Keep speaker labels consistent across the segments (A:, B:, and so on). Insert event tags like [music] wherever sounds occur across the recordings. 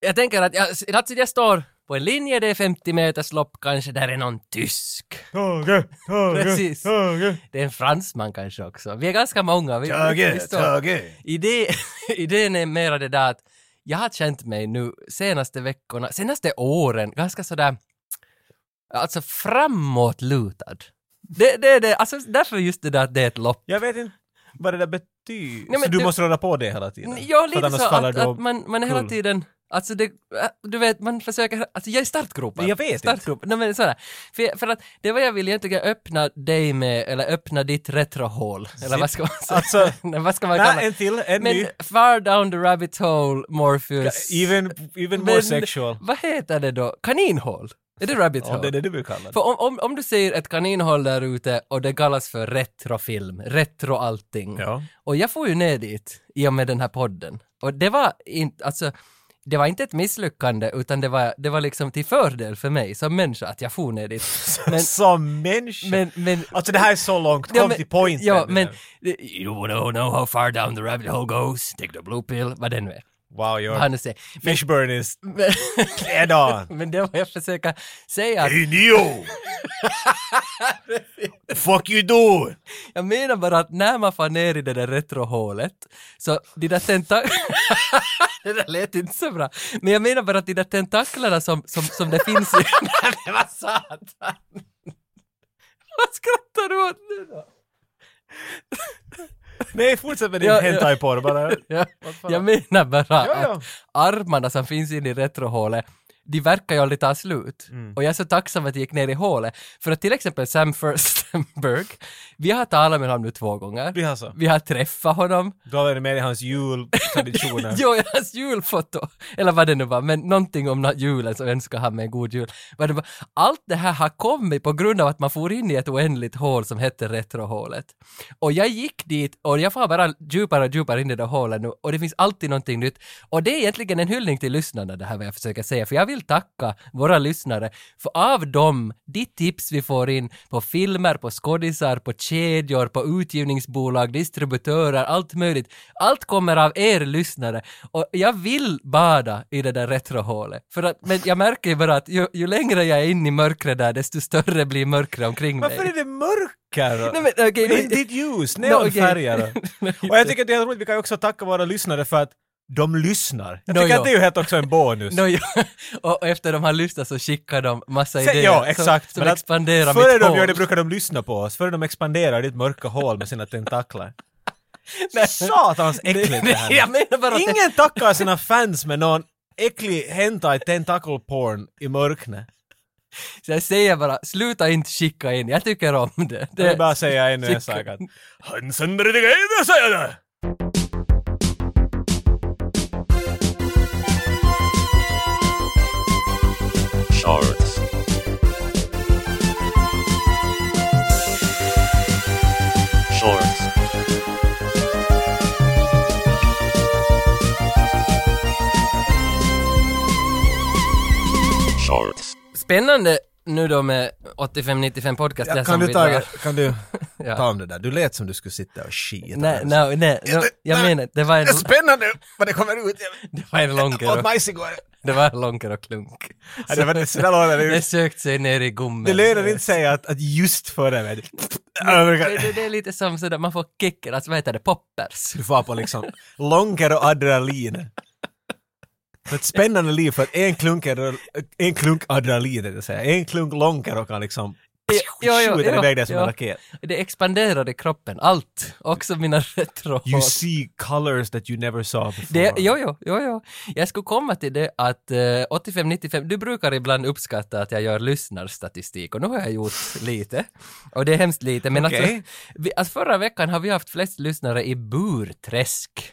A: jag tänker att jag, att jag står på en linje, det är 50 meters lopp kanske, där är någon tysk.
B: Tage, Tage,
A: Precis.
B: Tage.
A: Det är en fransman kanske också. Vi är ganska många. Vi, vi, vi
B: Tage,
A: står-
B: Tage.
A: Idé, [laughs] idén är mera det där att jag har känt mig nu senaste veckorna, senaste åren, ganska sådär, alltså framåtlutad. Det, det är det, alltså därför just det där att det är ett lopp.
B: Jag vet inte vad det där betyder.
A: Nej, men
B: så du,
A: du-
B: måste röra på dig hela tiden?
A: Ja,
B: för
A: lite
B: annars
A: så
B: faller
A: att,
B: du
A: att
B: av-
A: man, man är hela
B: kul.
A: tiden, alltså det, äh, du vet, man försöker, alltså jag är startgropen.
B: Jag vet inte.
A: Startgropen, nej men sådär. För, för att det var jag ville egentligen öppna dig med, eller öppna ditt retrohål, eller vad ska man säga?
B: Alltså-
A: [laughs] nej, vad ska man kalla
B: Nej,
A: det?
B: en till, en
A: Men
B: ny.
A: far down the rabbit hole, Morpheus.
B: Even, even more
A: Men-
B: sexual.
A: Vad heter det då? Kaninhål? Är det rabbit
B: Om det
A: hole?
B: är det du vill kalla det.
A: För om, om, om du ser ett kaninhål där ute och det kallas för retrofilm, retro allting.
B: Ja.
A: Och jag får ju ner dit i och med den här podden. Och det var inte, alltså, det var inte ett misslyckande utan det var, det var liksom till fördel för mig som människa att jag for ner [laughs] dit. Men,
B: Som människa.
A: men, men
B: alltså det här är så långt, kom
A: Ja, men-
B: till point.
A: Ja, men... You wanna know how far down the rabbit hole goes, take the blue pill, vad det nu är.
B: Wow,
A: Vad han
B: your
A: nu säger.
B: fishburn is
A: Men, [laughs]
B: dead on.
A: men det var jag försöka säga att [laughs]
B: Hey Neo! Fuck you do!
A: Jag menar bara att när man far ner i det där retrohålet så de där tentaklerna... [laughs] det där lät inte så bra. Men jag menar bara att de där tentaklerna som, som, som det finns i... [laughs] Nej men vad satan! [laughs] vad skrattar du åt nu då?
B: Nej, fortsätt med din
A: Ja, ja.
B: hentai-porr bara.
A: Jag,
B: Vad fan?
A: jag menar bara
B: Ja, ja.
A: att armarna som finns inne i retrohålet de verkar ju aldrig ta slut.
B: Mm.
A: Och jag är så tacksam att jag gick ner i hålet. För att till exempel Sam Furstenberg, [laughs] vi har talat med honom nu två gånger.
B: Vi har så.
A: Vi har träffat honom.
B: Du har varit med i
A: [laughs]
B: hans jultraditioner.
A: Jo, hans julfoto, eller vad det nu var, men någonting om na- julen så önskar han mig en god jul. Vad det var. Allt det här har kommit på grund av att man for in i ett oändligt hål som hette retrohålet. Och jag gick dit och jag får bara djupare och djupare in i det där hålet nu och det finns alltid någonting nytt. Och det är egentligen en hyllning till lyssnarna det här vad jag försöker säga, för jag vill tacka [laughs] våra lyssnare, för av dem, de tips vi får in på filmer, på skådisar, på kedjor, på utgivningsbolag, distributörer, allt möjligt. Allt kommer av er lyssnare och jag vill bada i det där retrohålet. För att, men jag märker ju bara att ju, ju längre jag är in i mörkret där, desto större blir mörkret omkring mig.
B: Varför är det mörker?
A: Nej, men, okej,
B: Det är
A: men- [laughs]
B: ditt ljus,
A: No, okej. [laughs]
B: neonfärger. Och jag tycker att det är helt roligt, vi kan ju också tacka våra lyssnare för att de lyssnar. Jag
A: No,
B: tycker
A: ja.
B: att det är ju helt också en bonus.
A: Nå, ja. och och efter de har lyssnat så skickar de massa
B: Sen,
A: idéer
B: ja,
A: som-
B: exakt.
A: som
B: Men att
A: expanderar
B: Före
A: mitt
B: de
A: hål. [laughs]
B: gör det brukar de lyssna på oss, före de expanderar ditt mörka hål med
A: [laughs]
B: sina tentaklar. Satans äckligt det [laughs] här.
A: Jag menar bara att det-
B: Ingen tackar sina fans med någon äcklig hentai tentacle porn i mörknet.
A: Så jag säger bara, sluta inte skicka in, jag tycker om det.
B: Jag vill bara säga ännu
A: Tycker-
B: en
A: [laughs]
B: sak att Hansen Redigeide säger det!
C: Shorts. Shorts. Shorts.
A: Spännande nu då med 85-95 podcast. där som vi drar. [laughs]
B: kan du
A: Ja.
B: om det där? Du lät som du skulle sitta och skita.
A: Nej, nej, nej, no, jag menar, det var en,
B: spännande vad det kommer ut.
A: [laughs] det var en långkare och,
B: majs igår.
A: det var en långkare och klunk.
B: det var- så där låter det ju.
A: Det sökte sig ner i gommen.
B: Det lönar inte sig att, att just före med det.
A: Det, det, det är lite som sådär, man får kicken, alltså vad heter det, poppers.
B: Du far på liksom långkare och adrenalin. För Ett spännande liv för att en klunk, adre- en klunk adrenalin, det vill säga. en klunk långkare kan liksom skjuta den iväg dig som en raket.
A: Det expanderar i kroppen, allt. Också mina [laughs] retrohår.
B: You see colors that you never saw before.
A: Det, jo, jo, jo, jo. Jag skulle komma till det att eh, 85-95, du brukar ibland uppskatta att jag gör lyssnarstatistik och nu har jag gjort lite. Och det är hemskt lite, men
B: Okej.
A: alltså, vi, alltså förra veckan har vi haft flest lyssnare i Burträsk.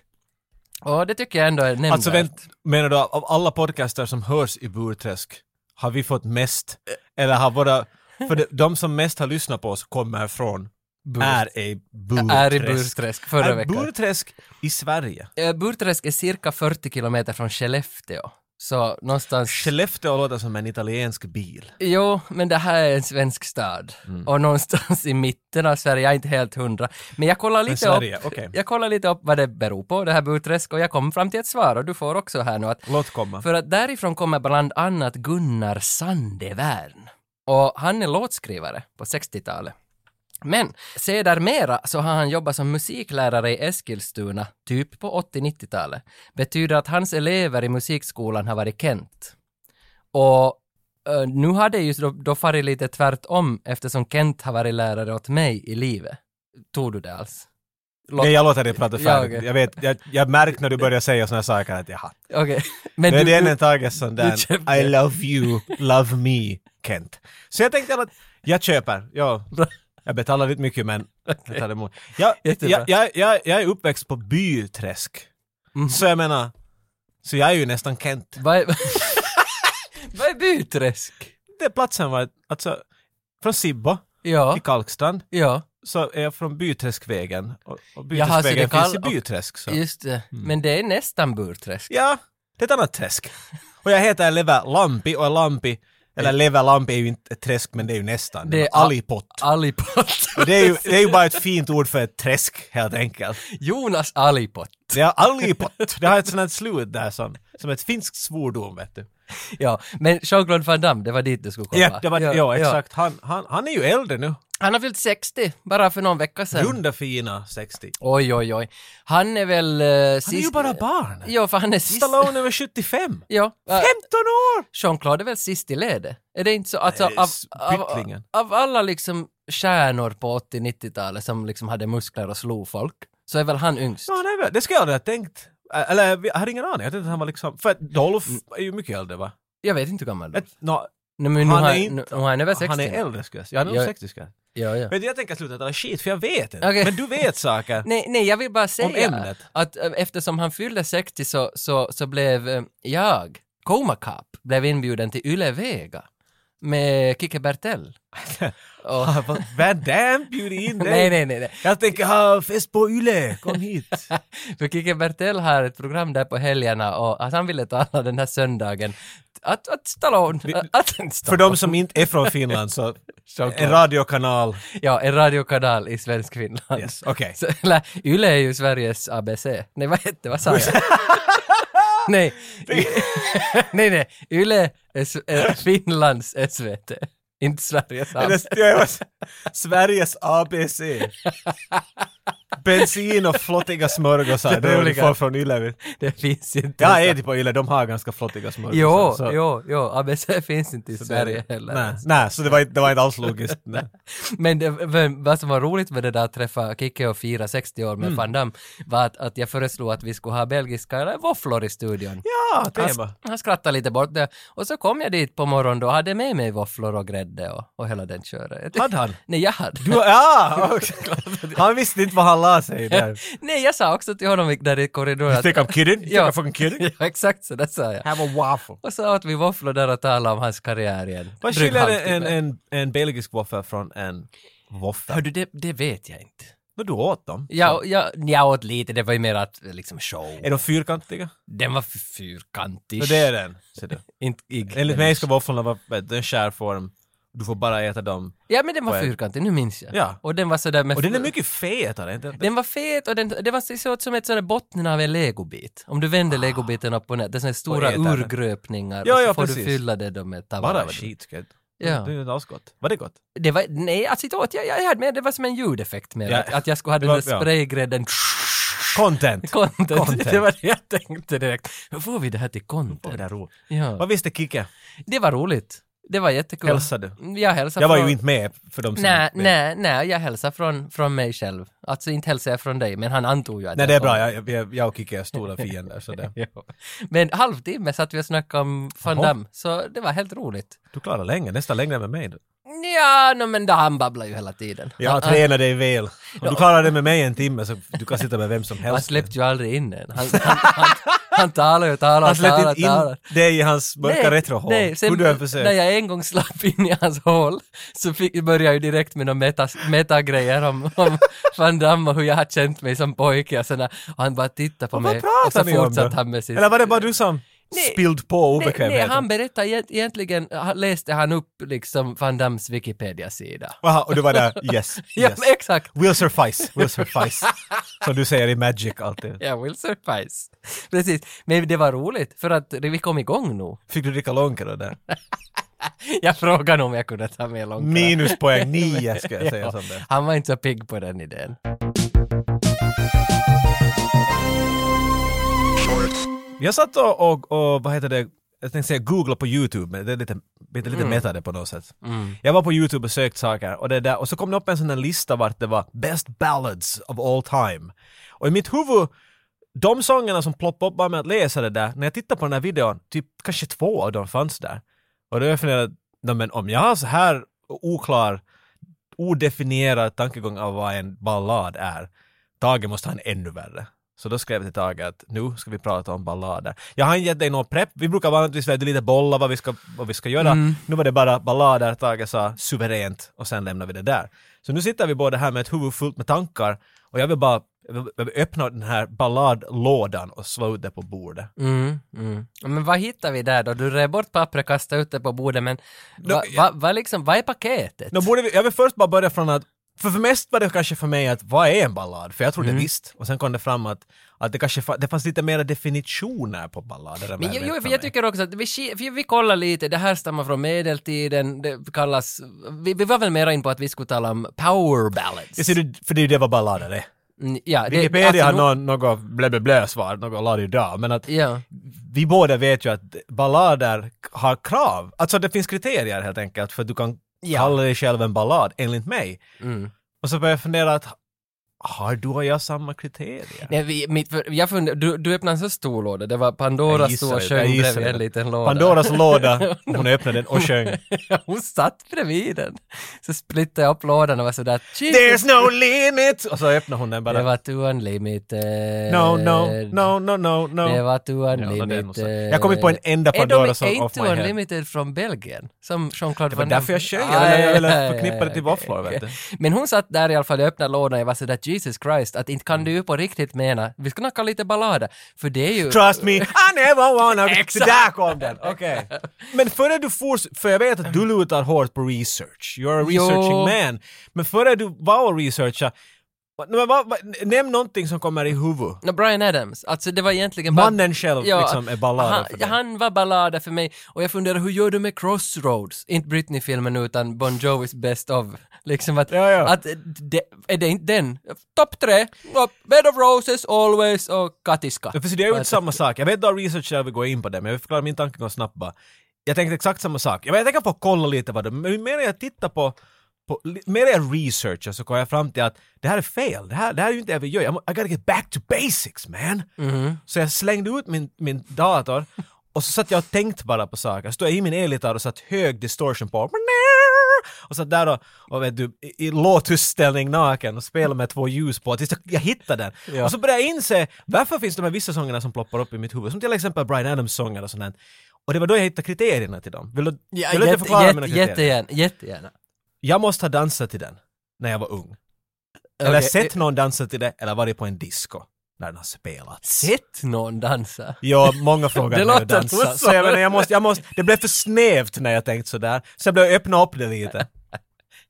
A: Och det tycker jag ändå är nämnvärt.
B: Alltså vänt, menar du av alla podcaster som hörs i Burträsk, har vi fått mest? Eller har våra... För de, de som mest har lyssnat på oss kommer från,
A: Bur-
B: är i Burträsk.
A: är i Burträsk förra
B: Är
A: veckan.
B: Burträsk i Sverige?
A: Eh, Burträsk är cirka 40 kilometer från Skellefteå. Så någonstans...
B: Skellefteå låter som en italiensk bil.
A: Jo, men det här är en svensk stad.
B: Mm.
A: Och någonstans i mitten av Sverige, jag är inte helt hundra. Men jag kollar lite,
B: Sverige,
A: upp,
B: okej.
A: jag kollar lite upp vad det beror på, det här Burträsk, och jag kom fram till ett svar och du får också här nu att
B: Låt komma.
A: för att därifrån kommer bland annat Gunnar Sandevärn. Och han är låtskrivare på 60-talet. Men sedermera så har han jobbat som musiklärare i Eskilstuna, typ på 80-90-talet. Betyder att hans elever i musikskolan har varit Kent. Och eh, nu har det ju då, då farit lite tvärtom eftersom Kent har varit lärare åt mig i livet. Tog du det alls? Låt-
B: Nej, jag låter dig prata färdigt.
A: okej.
B: Jag, vet, jag, jag märkte när du började säga såna här saker att jaha.
A: Okej. Men
B: Nu är
A: du,
B: det än
A: du,
B: en taget sån där
A: köpte.
B: I love you, love me, Kent. Så jag tänkte att jag köper, ja.
A: Bra.
B: Jag betalar inte mycket men jag tar emot. Jag,
A: Jättebra.
B: jag, jag, jag, jag är uppväxt på byträsk.
A: Mm.
B: Så jag menar, så jag är ju nästan Kent.
A: vad är, [laughs] vad är Byträsk?
B: Det platsen var, alltså, från Sibbo
A: Ja,
B: i Kalkstrand
A: ja.
B: så är jag från Byträskvägen. Och,
A: Jaha, så
B: och Byträskvägen
A: det kall-
B: finns i Byträsk. Så.
A: Just det,
B: Mm.
A: men det är nästan burträsk.
B: [laughs] Ja, det är ett annat träsk. Och jag heter Leva Lampi och Lampi, eller Leva Lampi är ju inte ett träsk men det är ju nästan. Det
A: Det
B: är
A: är a-
B: Alipott.
A: Alipott.
B: Och det är, ju, det är ju bara ett fint ord för ett träsk helt enkelt.
A: Jonas Alipott.
B: Det är Alipott. Det har ett sånt här slut där som, som ett finskt svordom vet du.
A: Ja, men Jean-Claude Van Damme, det var dit du skulle komma.
B: Ja, det var, ja, exakt. Han, han, han är ju äldre nu.
A: Han har fyllt 60, bara för någon vecka sedan.
B: Dunderfina 60.
A: Oj, oj, oj. Han är väl... eh,
B: Han är ju
A: sist...
B: bara barn.
A: Ja, för han är sist...
B: Stallone över 75.
A: Ja. eh,
B: 15 år!
A: Jean-Claude är väl sist i ledet? Är det inte så? Alltså,
B: Nej,
A: av,
B: s-
A: av,
B: pyttlingen.
A: av alla liksom stjärnor på 80-90-talet som liksom hade muskler och slog folk, så är väl han yngst?
B: Ja, nej, det skulle jag aldrig ha tänkt. Ä- Eller jag hade ingen aning. Jag tänkte att han var liksom... För att Dolph
A: Mm.
B: är ju mycket äldre va?
A: Jag vet inte hur gammal du är.
B: Ett, nå,
A: Nej, men nu
B: han är
A: har-
B: inte-
A: nu- nu har han över 60.
B: han är äldre ska jag säga. Ja, Han är nog
A: Jag-
B: 60 ska jag säga.
A: Ja, ja.
B: Vet du, jag tänker sluta tala skit för jag vet inte.
A: Okej.
B: Men du vet saker.
A: [laughs] Nej, nej, jag vill bara säga
B: ämnet.
A: att eh, eftersom han fyllde 60 så, så, så blev eh, jag, Komakap, blev inbjuden till Yle Vega med Kike
B: [laughs]
A: Bertell. Och,
B: Vad- Vad damn bjuder in dig?
A: nej, nej, nej, nej.
B: Jag tänker ha fest på Yle,
A: [laughs]
B: kom hit.
A: För Kike Bertell har ett program där på helgerna och att han ville tala den här söndagen. Att, att Stallone... Att, att
B: För
A: Stallone.
B: de som inte är från Finland
A: [laughs]
B: så, en
A: Jean-Claude.
B: radiokanal.
A: Ja, en radiokanal i svensk Finland.
B: Yes, okej.
A: [laughs] Så, eller, Yle är ju Sveriges ABC. Nej, vad hette, vad sa
B: [laughs]
A: jag? nej. [laughs] nej, nej. Yle är, S- är Finlands SVT. Inte Sveriges
B: Det
A: ABC.
B: är- det är Sveriges ABC. Bensin och flottiga smörgåsar, det är vad du får från Yle.
A: Det finns inte.
B: Jag är typ på Yle, de har ganska flottiga smörgåsar.
A: Jo,
B: så-
A: jo, jo, ABC finns inte i
B: så det-
A: Sverige heller.
B: Nej, nej, så det var, inte- det var inte alls logiskt. nej.
A: Men det, men vad som var roligt med det där att träffa Kikki och fira 60 år med
B: Mm.
A: Van Damme var att, att jag föreslog att vi skulle ha belgiska eller våfflor i studion.
B: Ja,
A: Han,
B: tema.
A: han skrattade lite bort det. Och så kom jag dit på morgonen då och hade med mig våfflor och grädde och, och hela den köret. Jag tyck-
B: Hade han?
A: [laughs] Nej, jag hade.
B: Du, ja, [laughs] okej. Han visste inte vad han la sig där.
A: Nej, jag sa också till honom där i korridoren att... [laughs]
B: Think I'm kidding? Think
A: Ja.
B: I'm fucking kidding?
A: ja, exakt så, det sa jag.
B: Have a waffle.
A: Och så åt vi våfflor där och talade om hans karriär igen.
B: Vad
A: Dryg
B: skiljer
A: halvtimme.
B: en, en, en belgisk våffla från en våffla?
A: Hör du, det, det vet jag inte.
B: Men du åt dem.
A: Jag, jag, jag åt lite, det var ju mer att liksom show.
B: Är de fyrkantiga?
A: Den var f- fyrkantig.
B: No, det är den. ser du.
A: Inte igg.
B: Enligt mig ska våfflorna vara vet du, en skärform. Du får bara äta dem.
A: Ja, men den var
B: Vad är-
A: fyrkantig, nu minns jag.
B: Ja.
A: Och den var sådär med...
B: Och den är mycket fetare. Inte?
A: Den var fet och den, det var så- såg ut som ett sådär botten av en legobit. Om du
B: Ah.
A: vänder legobiten upp och ner, det är sådana stora
B: äta den.
A: urgröpningar
B: Ja,
A: och så
B: ja,
A: får
B: precis.
A: du fylla det då med tavla.
B: Bara skit. ska jag-
A: Ja.
B: Det är inte alls gott. Var det gott?
A: Det var, nej, alltså inte åt jag, jag hade med, det var som en ljudeffekt med
B: Ja.
A: att, att jag skulle ha den
B: Det
A: där
B: var- ja.
A: spraygrädden
B: Content.
A: content.
B: Content.
A: Det var det jag tänkte direkt. Hur får vi det här till
B: Åh,
A: content?
B: det är roligt.
A: Ja.
B: Vad visste Kike?
A: Det var roligt. Det var jättekul.
B: Hälsade du?
A: Jag hälsade
B: Jag var
A: från-
B: ju inte med för de som
A: Nej,
B: inte vet.
A: nej, nej, jag hälsar från, från mig själv. Alltså inte hälsar jag från dig, men han antog ju att
B: Nej,
A: jag
B: det är
A: kom. [laughs]
B: bra. Jag, jag, jag och Kike är stora fiender. Så det.
A: Ja. Men halvtimme satt vi och snackade om Van
B: Jaha.
A: Damme, så det var helt roligt.
B: Du klarar länge, nästan längre än med mig.
A: Ja, no, men då han babblar ju hela tiden.
B: Jag
A: han,
B: har tränat dig väl. Om du klarar det med mig en timme så du kan sitta med vem som
A: han, han
B: helst.
A: släppte ju aldrig in en. Han, han, han, han talar ju, talar,
B: Han släppte
A: talar,
B: inte in
A: talar.
B: dig i hans mörka retrohål.
A: nej, sen
B: Hur du än
A: när
B: försökt.
A: jag en gång slapp in i hans hål så fick, började jag ju direkt med några meta, metagrejer om,
B: [laughs]
A: om Van Damme och hur jag har känt mig som pojke och sådär. Och han bara tittade på
B: Och vad
A: mig och så
B: pratar ni om
A: fortsatte
B: då?
A: han med sitt...
B: Eller var det bara du som...
A: Nej.
B: spilld på
A: Nej, nej,
B: obekvämheten.
A: han berättar egent- egentligen, han läste han upp liksom Van Dams Wikipedia-sida.
B: Aha, och du var där, yes,
A: [laughs] Ja,
B: yes.
A: exakt.
B: Will suffice,
A: [laughs]
B: will suffice. Som du säger i Magic alltid.
A: Jag vill surprise. Precis. Men det var roligt, för att vi kom igång nu.
B: Fick du dricka
A: [laughs]
B: Lonkero där?
A: Jag frågade om jag kunde ta med långkörare.
B: Minuspoäng nio ska jag säga
A: Ja,
B: som det.
A: Han var inte så pigg på den idén.
C: shorts,
B: Jag satt och, och, och vad heter det, jag tänkte säga googla på YouTube, men det är lite, lite, lite meta det på något sätt. Jag var på YouTube och sökt saker och, det där, och så kom det upp en sån där lista vart det var “Best ballads of all time”. Och i mitt huvud, de sångerna som ploppade upp bara med att läsa det där, när jag tittade på den här videon, typ kanske två av dem fanns där. Och då har jag funderat, "Nå, men om jag har så här oklar, odefinierad tankegång av vad en ballad är, Tage måste ha en ännu värre. Så då skrev jag till Tage att nu ska vi prata om ballader. Jag har inte gett dig någon prepp, vi brukar vanligtvis väldigt lite bolla vad vi ska, vad vi ska göra. Nu var det bara ballader, Tage sa suveränt och sen lämnar vi det där. Så nu sitter vi båda här med ett huvud fullt med tankar och jag vill bara jag vill- jag vill öppna den här balladlådan och slå ut det på bordet.
A: Mm, mm. Men vad hittar vi där då? Du rev bort pappret, kastade ut det på bordet, men
B: Nå,
A: va, va, va liksom, vad är paketet?
B: Nå, borde vi, jag vill först bara börja från att, för, för mest var det kanske för mig att vad är en ballad? För jag
A: Mm.
B: trodde visst. Och sen kom det fram att, att det kanske fa- det fanns lite mera definitioner på ballader. än vad
A: Men
B: jag
A: jo,
B: vet
A: jo,
B: för
A: för
B: mig.
A: jag tycker också att vi, ki- vi, vi kollar lite, det här stammar från medeltiden, det kallas, vi, vi var väl mera in på att vi skulle tala om power ballads.
B: Jag ser du, för det är ju det vad ballader är.
A: Mm, ja, det-
B: Wikipedia
A: alltså,
B: har
A: nu-
B: någon, något blä blä blä svar, något la det ju där, men att
A: Ja.
B: vi båda vet ju att ballader har krav. Alltså det finns kriterier helt enkelt för att du kan
A: Ja.
B: kalla dig själv en ballad, enligt mig.
A: Mm.
B: Och så börjar jag fundera att har du och jag samma kriterier?
A: Nej, vi, mitt, för, jag funder, du, du öppnade en så stor låda, det var Pandora stod
B: Jag gissar
A: och
B: det,
A: sjöng
B: jag gissar
A: bredvid en
B: det.
A: liten låda.
B: Pandoras låda, hon öppnade den och sjöng
A: [laughs] Hon satt bredvid den. Så splittade jag upp lådan och var sådär
B: There's no limit! Och så öppnade hon den
A: Det
B: bara.
A: var too unlimited. eh,
B: No, no, no, no, no,
A: Det
B: no.
A: var too
B: Ja, det är nog så.
A: unlimited.
B: Jag kom inte på en enda Pandora-sång
A: Är de
B: off
A: inte
B: my
A: too
B: head.
A: unlimited från Belgien? Som Jean-Claude
B: Det var
A: Van Damme.
B: därför jag sjöng, jag
A: Ah,
B: ville- jag
A: ja,
B: ville
A: ja,
B: förknippa det till
A: ja,
B: våfflor,
A: okej,
B: vet du.
A: okej. [laughs] Men hon satt där i alla fall, jag öppnade lådan och jag var sådär Jesus Christ, att inte
B: Mm.
A: kan du ju på riktigt mena, vi ska knacka lite ballader. För det är ju...
B: Trust me, I never wanna...
A: [laughs] Exakt.
B: Det Där kom den!
A: [laughs]
B: Okej. Men före du får... För jag vet att du lutar hårt på research. You're a
A: Jo.
B: researching man. Men före du var och researcha... vad- Men vad, vad, nämn någonting som kommer i
A: [laughs]
B: huvudet.
A: No, Brian Adams, alltså det var egentligen bara...
B: Mannen själv liksom är balladen
A: han,
B: för
A: ja,
B: dig.
A: han var balladen för mig och jag funderar hur gör du med Crossroads? Inte Britney-filmen utan Bon Jovis Best of. Liksom att,
B: Ja, ja.
A: att det, är det inte den? Topp tre! Ja, Bed of Roses, Always och Katiska.
B: Ja, För det är ju inte samma sak. Jag vet att du har research där vi går in på det, men jag vill förklara min tankegång snabbt bara. Jag tänkte exakt samma sak. Jag, vet, jag tänker på kolla lite vad det men ju mer jag tittar på, på li- mer jag researchar så kommer jag fram till att det här är fel. Det här, det här är ju inte det vi gör. Jag, må- I gotta get back to basics man. Så jag slängde ut min, min dator och så satt jag och tänkt bara på saker. Så stod jag i min elgitarr och satt hög distortion på. Och satt där och, och vet du, i, i låthusställning naken och spelade med två ljus på tills jag, jag hittade den. Och så började jag inse varför finns de här vissa sångerna som ploppar upp i mitt huvud. Som till exempel Brian Adams-sånger och sånt där. Och det var då jag hittade kriterierna till dem. Vill du,
A: Ja,
B: vill du inte
A: jätte-
B: förklara
A: jätte-
B: mina kriterier?
A: jättegärna, jättegärna.
B: Jag måste ha dansat till den när jag var ung. Eller
A: Okej, eh-
B: sett någon dansa till det eller varit på en disco när den har spelats.
A: Sett eh, någon dansa? [laughs]
B: Ja, många frågar
A: Det
B: när jag
A: låter
B: dansar.
A: så.
B: Så jag menar, jag måste, jag måste, det blev för snävt när jag tänkte sådär. Så jag blev öppna upp det lite.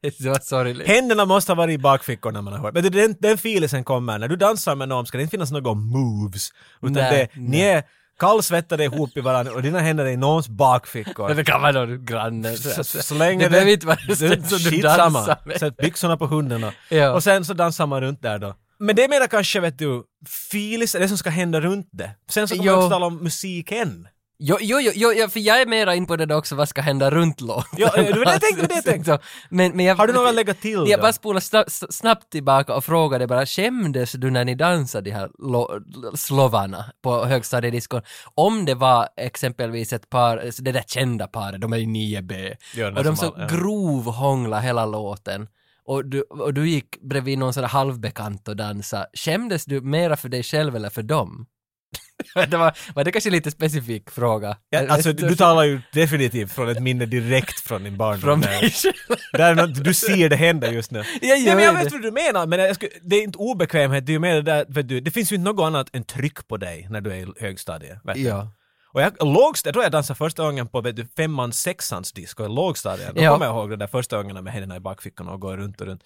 A: Det var sorgligt.
B: Händerna måste ha varit i bakfickorna när man har hört. Men det, den, den filisen kommer. När du dansar med någon ska det inte finnas några moves. Utan
A: Nej,
B: det, ni är kallsvettade ihop i varandra och dina händer är i någons
A: Men
B: bakfickor.
A: det kan vara någon granne. så
B: Så,
A: att-
B: så så länge
A: det behöver inte vara just den som du dansar med.
B: Sätt byxorna på hunden och,
A: Ja.
B: och sen så dansar man runt där då. Men det är mera kanske, vet du, filis, det som ska hända runt det. Sen så kommer
A: Jo.
B: vi också tala om musiken.
A: Jo, jo, jo, jo, ja, för jag är mera in på det där också, vad ska hända runt låten? Alltså,
B: Ja, ja, det var det jag tänkte, det var det jag tänkte.
A: Men, men jag,
B: Har du något att lägga till
A: Jag
B: då?
A: bara spolar sna- s- snabbt tillbaka och frågade bara, skämdes du när ni dansade de här lo- l- slovarna på högstadiediskon? Om det var exempelvis ett par, så det där kända paret, de är ju 9B,
B: Ja, den
A: och de
B: som
A: så
B: all- ja.
A: grovhångla hela låten. Och du, och du gick bredvid någon sån där halvbekant och dansa. Skämdes du mera för dig själv eller för dem? [laughs] det var, var det kanske lite specifik fråga?
B: Ja, alltså, du talar ju definitivt från ett minne direkt från din barndom.
A: Från
B: där.
A: mig själv.
B: [laughs] Där är något, du ser det hända just nu.
A: Jag
B: Nej,
A: gör
B: men jag
A: det.
B: vet vad du menar, men jag skulle, det är inte obekvämhet, det är ju mer det där, vet du, det finns ju inte något annat än tryck på dig när du är i högstadiet. Vet du?
A: Ja.
B: Och jag, lågst, jag tror jag dansade första gången på vet du, femmans, sexans disco i lågstadiet. Då
A: Ja.
B: kommer jag ihåg de där första gångerna med händerna i bakfickorna och går runt och runt.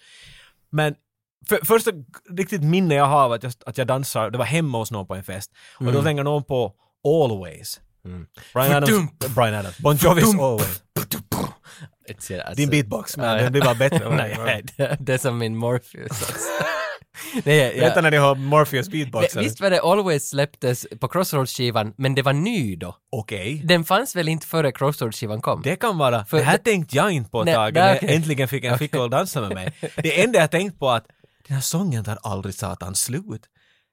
B: Men för, första g- riktigt minne jag har av att jag, att jag dansar, det var hemma hos någon på en fest. Och
A: Mm.
B: då slänger någon på Always. Brian Adams,
A: Fudump.
B: Brian Adams, Bon Jovis
A: Fudump.
B: Always.
A: It's, yeah,
B: Din
A: alltså-
B: beatbox,
A: Ja,
B: men
A: ja.
B: den blir bara bättre.
A: [laughs] Nej, det, det är som min Morpheus
B: [laughs]
A: alltså. Nej, ja.
B: Vänta när ni har Morpheus
A: Vi-
B: beatbox. eller?
A: Visst var det Always släpptes på Crossroads-skivan, men det var ny då.
B: Okej.
A: Den fanns väl inte före Crossroads-skivan kom?
B: Det kan vara.
A: För
B: det här
A: det-
B: tänkte jag inte på ett
A: Nej,
B: tag
A: nej,
B: när jag
A: okej.
B: äntligen fick en flicka att dansa med mig. Det enda jag tänkt på är att den här sången tar aldrig satan slut.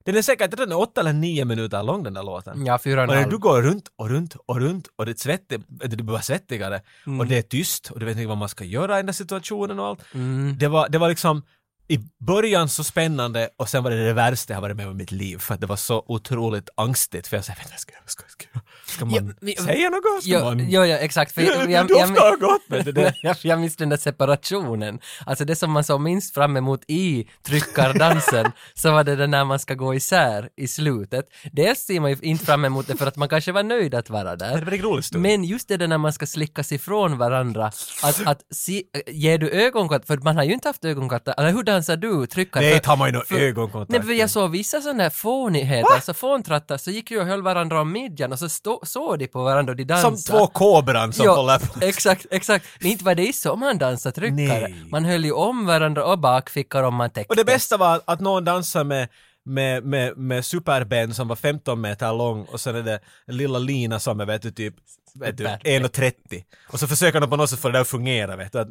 B: Den är säkert jag tror den är åtta eller nio minuter lång den där låten.
A: Ja, fyra och
B: Och
A: en
B: när du
A: halv.
B: går runt och runt och runt och det svettig, du blir bara svettigare och det är tyst och du vet inte vad man ska göra i den där situationen och allt.
A: Mm.
B: Det, var, det var liksom i början så spännande och sen var det det värsta jag varit med om i mitt liv för att det var så otroligt angstigt för jag sa, "Jag vet inte, vad ska jag ska, jag ska, jag- ska
A: Ja,
B: man
A: vi-
B: säga något? Ska
A: Jo,
B: man...
A: jo, ja, exakt.
B: [laughs]
A: För jag, jag,
B: det
A: jag,
B: doftar gott!
A: [laughs]
B: vet du det.
A: jag, jag minns den där separationen. Alltså det som man såg minst fram emot i
B: [laughs]
A: tryckardansen, så var det det när man ska gå isär i slutet. Dels ser man ju inte fram emot det för att man kanske var nöjd att vara där.
B: Det var en rolig stund.
A: Men just det där när man ska slickas ifrån varandra, att, att se, eh, ger du ögonkontakt, för man har ju inte haft ögonkontakt, eller hur dansar du? Trycker?
B: Nej, tar man ju
A: för-
B: någon ögonkontakt.
A: Nej, för jag såg vissa sådana här fånigheter, alltså fåntrattar, så gick ju och höll varandra om midjan och så stå, såg de på varandra och de dansade.
B: Som två kobran som kollar på...
A: Exakt, exakt. Men inte var det så man dansade tryckare.
B: Nej.
A: Man höll ju om varandra och bakfickor om man täckte.
B: Och det bästa var att någon dansade med med, med, med Super-Ben som var 15 meter lång och sen är det lilla Lina som är vet du, typ vet du, 1,30. Och så försöker de på något sätt få det där att fungera vet du. Att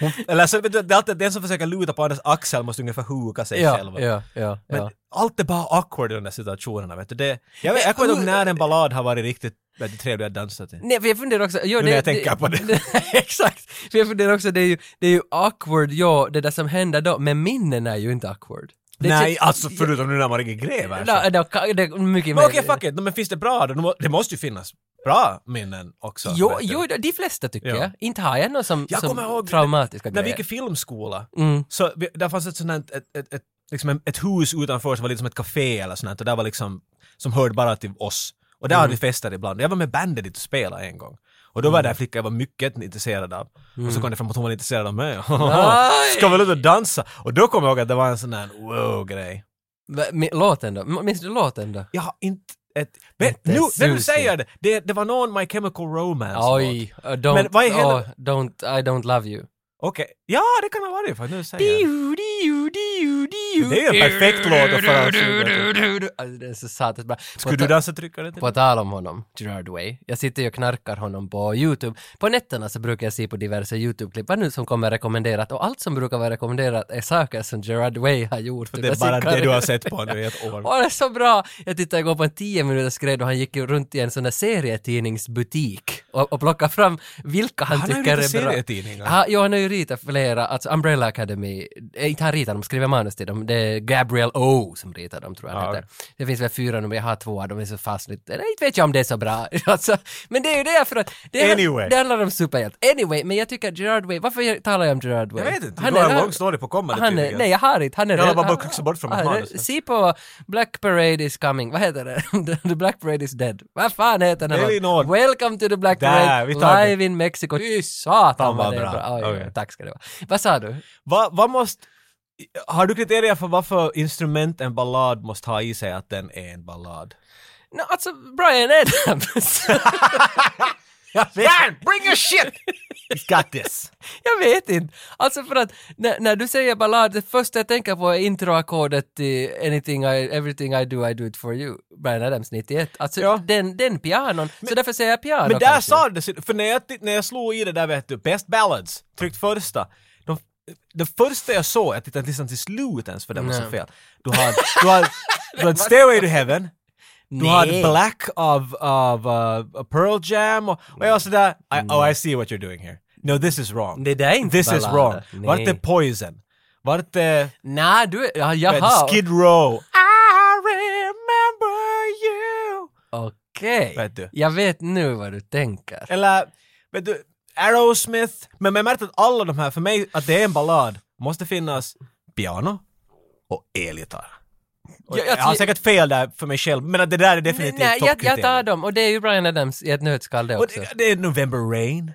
B: Hon, eller så vet du, det är alltid den som försöker luta på andras axel måste ungefär huka sig
A: ja,
B: själv.
A: ja, ja,
B: Men
A: ja.
B: allt är bara awkward i de där situationerna vet du. Det, jag, vet- jag kommer inte ihåg när en ballad har varit riktigt vet du, trevlig att dansa till.
A: Nej, för jag funderar också... Jo,
B: Nu när jag tänker på det.
A: [laughs] exakt. För jag funderar också, det är ju, det är ju awkward, ja, det där som händer då, men minnen är ju inte awkward. Det
B: Nej,
A: kän-
B: alltså förutom nu när man ringer grevar. så.
A: Ja, det, det, det, mycket
B: Men
A: mer-
B: okej, fuck it. No, men finns det bra då? Nå- Det måste ju finnas bra minnen också.
A: Jo,
B: vet du.
A: jo, de flesta tycker
B: Ja.
A: jag. Inte har jag någon som,
B: Jag
A: som
B: kommer ihåg-
A: traumatiska
B: När vi
A: grejer.
B: gick i filmskola,
A: Mm.
B: så vi, där fanns ett sånt här, ett, ett, ett, liksom en- ett hus utanför som var lite som ett café eller sånt här, och där var liksom, som hörde bara till oss. Och där
A: Mm.
B: hade vi fester ibland. Jag var med bandet dit och spelade en gång. Och då var det en flicka jag var mycket intresserad av.
A: mm.
B: Och så kom det fram att hon var intresserad av mig. [laughs]
A: Nej!
B: Ska vi ut och dansa? Och då kom jag ihåg att det var en sån där wow-grej.
A: Va- men Låten då? M- Minns du låten då?
B: Jag har inte ett... Men
A: Inte
B: nu,
A: en
B: när du
A: susning.
B: säger det, det, det var någon My Chemical Romance-låt.
A: Oj, uh, don't,
B: Men vad är hela-
A: oh, don't, I don't love you.
B: Okej. Ja, det kan ha varit för att nu säger jag.
A: Diu, diu, diu, diu.
B: Det är ju en perfekt låt att föra typ.
A: Alltså det är så satans bra.
B: Skulle du dansa tryckare till?
A: På tal om honom, Gerard Way. Jag sitter ju och knarkar honom på YouTube. På nätterna så brukar jag se på diverse YouTube-klipp vad nu som kommer rekommenderat och allt som brukar vara rekommenderat är saker som Gerard Way har gjort.
B: Det är bara det du har sett på nu i ett år.
A: Åh, det är så bra! Jag tittade igår på en 10 minuters grej då han gick ju runt i en sån där serietidningsbutik och, och plockade fram vilka han,
B: Han har ju
A: tycker
B: ritat
A: är bra.
B: serietidningar.
A: Ha, jo, han har ju ritat flera, alltså Umbrella Academy, eh, inte han ritar, de skriver manus till dem, det är Gabriel O som ritar dem tror jag
B: Ja.
A: han heter. Det finns väl fyra nummer, jag har två av dem, är så fastnyttjade. Nej, Inte vet jag om det är så bra. [laughs] alltså, men det är ju det för att det,
B: Anyway.
A: det handlar om superhjältar. Anyway, men jag tycker att Gerard Way, varför jag- talar jag om Gerard Way?
B: Jag vet inte,
A: Han
B: du har
A: är-
B: en lång story på kommande
A: han är,
B: tydligen.
A: nej jag har inte, han är
B: Jag
A: red-
B: bara
A: han-
B: kuxar bort från mitt
A: han är-
B: manus. liksom.
A: Se på Black Parade is coming, vad heter det? [laughs] the Black Parade is dead. Vad fan heter den? här
B: Elinor.
A: låten? Welcome to the Black
B: Där,
A: Parade,
B: vi tar
A: live in Mexico. Fy satan vad det är bra. Oj, oj,
B: Okej.
A: Tack ska du ha. Vad sa du?
B: Vad vad måste... Har du kriterier för varför instrument en ballad måste ha i sig att den är en [laughs] ballad?
A: No, alltså Brian Adams.
B: Man, bring your shit! [laughs] He's got this.
A: [laughs] jag vet inte. Alltså för att när, när du säger ballad, det första jag tänker på är introackordet till Anything I, Everything I Do I Do It For You, Brian Adams 91. Alltså
B: Ja.
A: den, den pianon, så därför säger jag piano
B: Men där
A: kanske.
B: sa det sig- för när jag, titt- när jag slog i det där vet du, Best Ballads, tryckt första. De, det första jag såg, jag tittade inte liksom till slut ens för det var så
A: Nej.
B: fel. Du har, du har, [laughs] du har Stairway to Heaven, du
A: Nej.
B: har Black av, av uh, Pearl Jam och, och jag var sådär, I, oh
A: Mm.
B: I see what you're doing here. No this is wrong.
A: Det där är inte
B: This is
A: ballader.
B: wrong.
A: Nej.
B: Vart är Poison? Vart är
A: Nej, du, ja,
B: vet du,
A: jaha.
B: Skid Row? I remember you.
A: Okej.
B: Vet du.
A: Jag vet nu vad du tänker.
B: Eller, vet du, Aerosmith. Men man märkte att alla de här, för mig, att det är en ballad, måste finnas piano och elgitarr. Och
A: Jag-
B: jag,
A: jag-
B: har säkert fel där för mig själv, men att det där är definitivt
A: Nej, jag, jag tar
B: toppkriterierna.
A: dem och det är ju Brian Adams i ett nötskal det
B: Och
A: också.
B: det, det är November Rain.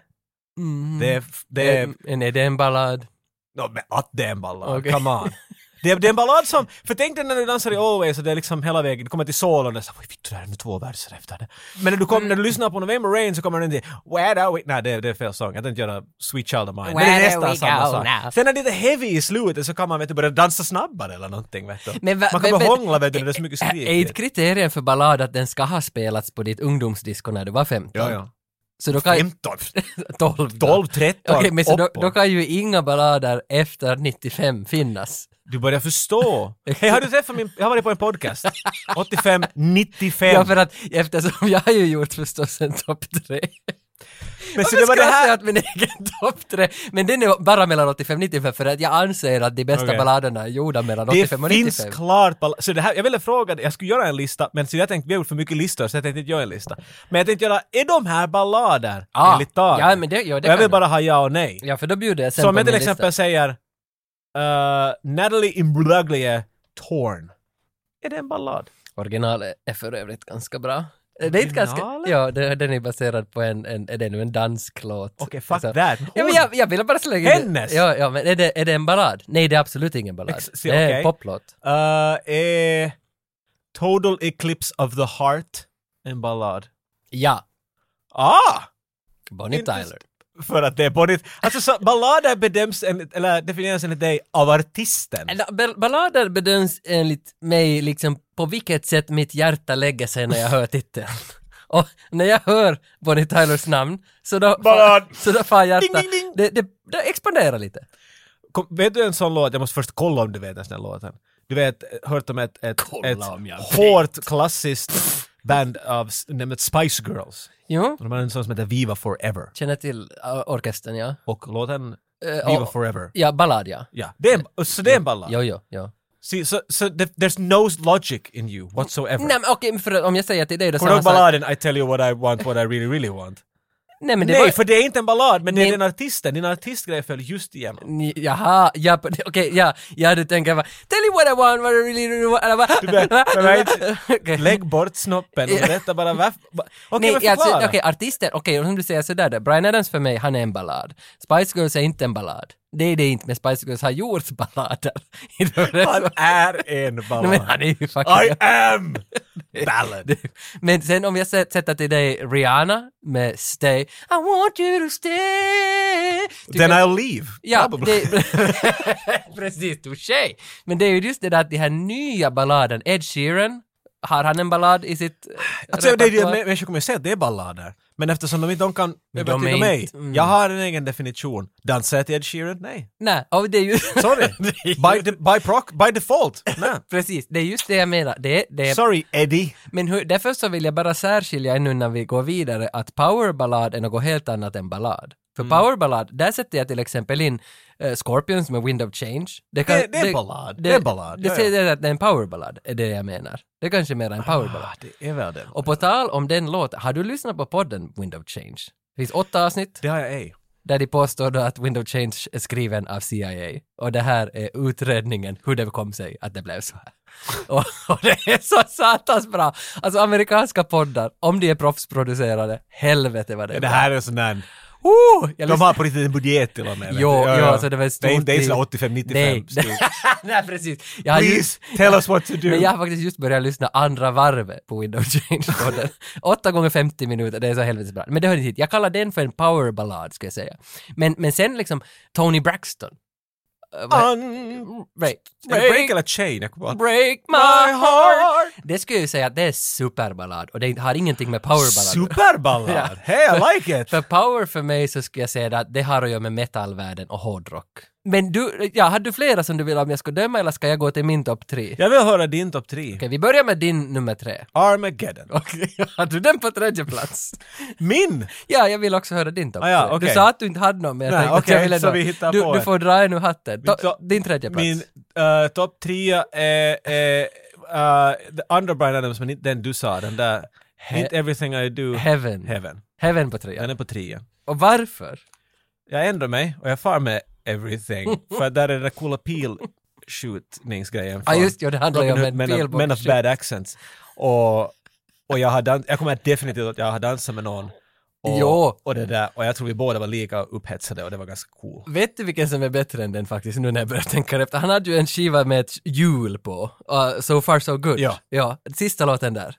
A: Mm.
B: Det är, det är,
A: En- Eh, En är det en ballad?
B: no, men att det är en ballad,
A: Okej. [laughs]
B: come on. Det är, det är en ballad som, för tänk dig när du dansar i Always och det är liksom hela vägen, du kommer till solon och det är så, "Oj, vittu, det här är nu två verser efter det. Men när du,
A: Mm.
B: kom, när du lyssnar på November Rain så kommer den till Where are we? Nej, det, det är fel sång. Jag tänkte göra Sweet Child of Mine. Men det
A: Where
B: är
A: do
B: nästan
A: we
B: samma
A: go
B: sak.
A: now?
B: Sen när det är lite heavy i slutet så kan man vet du, börja dansa snabbare eller någonting. Vet du.
A: Men va-
B: man kan
A: men-
B: börja
A: men-
B: hångla vet du, när det är så mycket skrik.
A: Eh, Är ett kriterium för ballad att den ska ha spelats på ditt ungdomsdisco när du var 15?
B: Ja, ja.
A: Så då [laughs] kan...
B: 15,
A: 12 då.
B: 12, 13,
A: Okej, men så då,
B: uppåt.
A: då kan ju inga ballader efter 95 finnas.
B: Du börjar förstå. Hej, har du träffat min... Jag har varit på en podcast.
A: [laughs]
B: 85, 95.
A: Ja, för att eftersom jag har ju gjort förstås en topp tre.
B: men så
A: Varför
B: det var det
A: skrattar jag
B: här...
A: åt min egen topp tre? Men den är bara mellan 85 och 95 för att jag anser att de bästa
B: Okej.
A: balladerna är gjorda mellan
B: Det
A: 85 och
B: finns
A: 95.
B: klart ball- så det här, Jag ville fråga, dig, jag skulle göra en lista, men så jag tänkte, vi har gjort för mycket listor, så jag tänkte inte göra en lista. Men jag tänkte göra, är de här ballader?
A: Ah,
B: enligt Tage?
A: ja, men det- ja, det
B: Och jag
A: kan
B: vill
A: du.
B: bara ha ja och nej.
A: Ja, för då bjuder jag sen
B: så om
A: på
B: jag till
A: min
B: exempel
A: lista.
B: säger eh, Natalie Imbruglia Torn. Är det en ballad?
A: Originalet är för övrigt ganska bra. Det är inte ganska...
B: Originalet?
A: Ja, det- den är baserad på en, en, är det nu en dansk låt?
B: Okej, fuck
A: Alltså,
B: that.
A: Ja, men
B: Hon-
A: jag, jag ville bara slänga in
B: Hennes!
A: Ja, ja, men är det, är det en ballad? Nej, det är absolut ingen ballad.
B: Ex- se,
A: det är
B: okej.
A: en poplåt.
B: Eh, är Total Eclipse of the Heart en ballad?
A: Ja,
B: Ah!
A: Bonnie
B: Intressant.
A: Tyler.
B: För att det är på ditt... Alltså så ballader bedöms enligt, eller definieras enligt dig av artisten.
A: Eller, ball- Ballader bedöms enligt mig liksom på vilket sätt mitt hjärta lägger sig när jag hör titeln. [laughs] Och när jag hör Bonnie Tylers namn så då,
B: Ballad.
A: så då far hjärtat,
B: Ding, ding, ding.
A: Det, det, det expanderar lite.
B: Kom, vet du en sån låt? Jag måste först kolla om du vet ens den låten. Du vet, eh, hört om ett, ett,
A: Kolla
B: ett
A: om jag
B: hårt klassiskt band av s- nämnet Spice Girls.
A: Jo,
B: Och De har en sån som heter Viva Forever.
A: känner till uh, orkestern ja.
B: Och låten
A: Eh,
B: Viva
A: och-
B: Forever.
A: Ja, ballad ja.
B: Ja, det är en, så det är en ballad.
A: Jo, jo, jo.
B: See, so, so th- there's no logic in you whatsoever.
A: Nej men okej, för om jag säger till dig då
B: Kommer du
A: samma
B: ihåg
A: sak.
B: balladen I tell you what I want, what I really really want?
A: Nej men [laughs] det
B: Nej,
A: var...
B: för det är inte en ballad, men det är
A: Nej.
B: den artisten. Din artistgrej föll
A: [laughs]
B: just igenom.
A: Ni, jaha, ja, på- okej, ja, ja, du tänker bara “Tell you what I want, what I really, really want”, eller
B: Du
A: [laughs]
B: vet, men jag inte-
A: Okej.
B: Lägg bort snoppen och
A: Ja.
B: berätta
A: [laughs]
B: bara varför. Okej,
A: Nej,
B: men förklara.
A: alltså, okej, artisten, okej, om du säger sådär då, Brian Adams för mig, han är en ballad. Spice Girls är inte en ballad. Det är det inte, men Spice Girls har gjort ballader. [laughs] I de
B: Han
A: rest-
B: är
A: [laughs]
B: en
A: Nej, men
B: ballad.
A: han är ju
B: I
A: fucking...
B: am
A: [laughs]
B: ballad.
A: Men sen om jag sä- sätter till dig Rihanna med Stay, I want you to stay. Tycker-
B: Then I'll leave.
A: Ja,
B: Probably. [laughs]
A: det, [laughs] precis, touché! Men det är ju just det där att de här nya balladen, Ed Sheeran, har han en ballad i sitt
B: Alltså, det, är det,
A: repertoar?
B: men- människor kommer ju säga att det är ballader. Men eftersom de inte de kan
A: Men de
B: övertyga
A: är
B: mig.
A: inte- mm.
B: Jag har en egen definition. Dansar jag till Ed Sheeran? Nej.
A: Nej, och det är ju...
B: Sorry.
A: [laughs] Det är ju-
B: by, de, by, proc, by default. Nej.
A: Precis, det är just det jag menar. Det, [laughs] det,
B: Sorry, Eddie.
A: men hur, därför så vill jag bara särskilja ännu när vi går vidare att powerballad är något helt annat än ballad. För
B: Mm.
A: powerballad, där sätter jag till exempel in eh, Scorpions med Wind of Change. kan-
B: Det- det är ballad. Det är ballad,
A: Det
B: ja,
A: säger att det är en powerballad, är det jag menar. Det är kanske mer en powerballad.
B: Ah, det är väl det.
A: Och på tal om den låten, har du lyssnat på podden Wind of Change? Det finns åtta avsnitt
B: Det har jag ej.
A: där de påstår då att Wind of Change är skriven av CIA. Och det här är utredningen hur det kom sig att det blev så här. [laughs] Och, och det är så satans bra! Alltså amerikanska poddar, om de är proffsproducerade, helvete vad det är
B: Det
A: bra.
B: här är en sån där...
A: Oh, jag
B: De
A: lyssnar-
B: har på riktigt en budget till och med. vet
A: Jo,
B: du.
A: jo, alltså det var ett
B: Det är inte- Det är
A: stort
B: sådär
A: Nej,
B: 85-95 stort.
A: [laughs] nej precis. Jag har ju-
B: Please, tell us what to do.
A: Men jag har faktiskt just börjat lyssna andra varvet på Windows
B: [laughs]
A: Change-podden. 8 gånger 50 minuter, det är så helvetes bra. Men det hör inte hit. Jag kallar den för en powerballad, ska jag säga. Men, men sen liksom Tony Braxton. Eh, vad-
B: Un-
A: break,
B: break,
A: break,
B: eller chain, jag kommer ihåg.
A: break my heart! Det skulle jag ju säga att det är superballad och det har ingenting med powerballad Ja.
B: Superballad! Hey, I like it!
A: För power för mig så skulle jag säga att det har att göra med metalvärlden och hårdrock. Men du, ja, hade du flera som du vill om jag ska döma eller ska jag gå till min topp tre?
B: Jag vill höra din topp tre.
A: Okej, vi börjar med din nummer tre. [laughs]
B: Armageddon.
A: Okej, har du den på tredje plats?
B: Min!
A: Ja, jag vill också höra din topp
B: Ah, ja,
A: tre.
B: okej.
A: Du sa att du inte hade någon, men jag
B: Nej,
A: tänkte att jag
B: okej,
A: ville
B: så
A: nå-
B: vi hittar
A: du,
B: på
A: du
B: en.
A: får dra en ur hatten.
B: Min
A: Ta,
B: to-
A: din tredje plats.
B: Min uh, topp trea är, är eh, The Under Brian Adams, men inte den du sa, den där
A: He-
B: Inte Everything I Do,
A: Heaven.
B: Heaven.
A: Heaven på
B: Den
A: trean.
B: är på trea.
A: Och varför? [laughs]
B: Jag ändrar mig och jag far med Everything, för där är den där coola pil pilbågsskjutningsgrejen
A: Ja just ja, det handlar ju om en
B: Men of, Men of
A: pilbåge.
B: Bad Accents. Och, och jag, har dans, jag kommer definitivt att jag har dansat med någon. Och,
A: Jo.
B: och det där, och jag tror vi båda var lika upphetsade och det var ganska cool.
A: Vet du vilken som är bättre än den faktiskt nu när jag börjar tänka efter? Han hade ju en skiva med ett hjul på, uh, So far so good.
B: Ja.
A: ja. Sista låten där.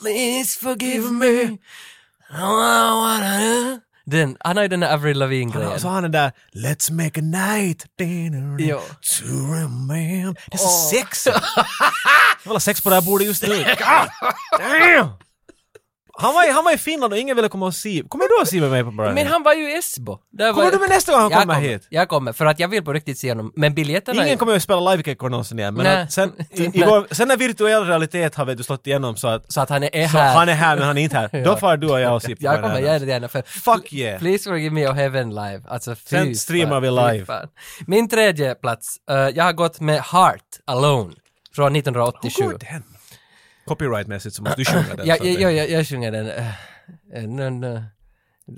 A: Please forgive me. I wanna do. Den, han har ju den där Avril
B: Han,
A: Lavigne-grejen.
B: och så har han den där “Let's make a night
A: Jo.
B: to remember”. Det är så
A: Åh. [laughs]
B: sexigt! Jag vill ha sex på det här bordet just nu. God damn! Han var, i, han var i Finland och ingen ville komma och se. Kommer du att se med mig på Brian?
A: Men han var ju i Esbo. Där var
B: kommer du med nästa gång han
A: jag
B: kommer hit?
A: Jag kommer, för att jag vill på riktigt se honom. Men biljetterna är-
B: Ingen kommer att spela livekickor någonsin igen. Men
A: Nej.
B: att sen, i,
A: Nej.
B: igår, sen när virtuell realitet har vet du, slått igenom så att
A: Så att han är
B: så
A: här.
B: han är här men han är inte
A: [laughs]
B: här. Då får du och jag och se på
A: Jag
B: varandra.
A: kommer göra det gärna för...
B: Fuck yeah.
A: Please forgive me och Heaven live. Alltså fy
B: Sen
A: fan,
B: streamar vi
A: fy
B: live.
A: fan. Min tredje plats. eh, jag har gått med Heart Alone från 1987.
B: Hur går den? Copyrightmässigt så måste du sjunga den.
A: Jag,
B: så att
A: jag,
B: Alltså, det-
A: jag, jag, jag sjunger den. eh, eh, no, no.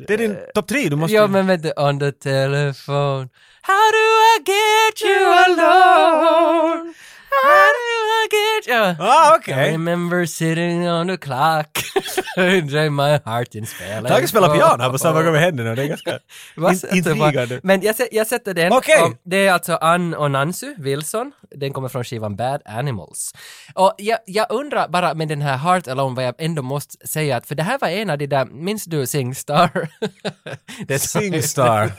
B: Det är din topp tre, du måste...
A: Ja men vänta, on the telephone. How do I get you alone? How do I get you?
B: Ah,
A: I
B: okej!
A: remember sitting on the clock. [laughs] Enjoy my heart in spell.
B: Tage spelar piano här på samma gång med händerna, det är ganska...
A: Vad
B: in-
A: sätter
B: intrigande.
A: man? Men jag, sä- jag sätter den.
B: Okej.
A: Och Det är alltså Ann och Nancy Wilson. Den kommer från skivan Bad Animals. Och jag, jag undrar bara med den här Heart Alone vad jag ändå måste säga att för det här var en av de där, minns du Singstar? [laughs] [laughs] det är så-
B: Singstar.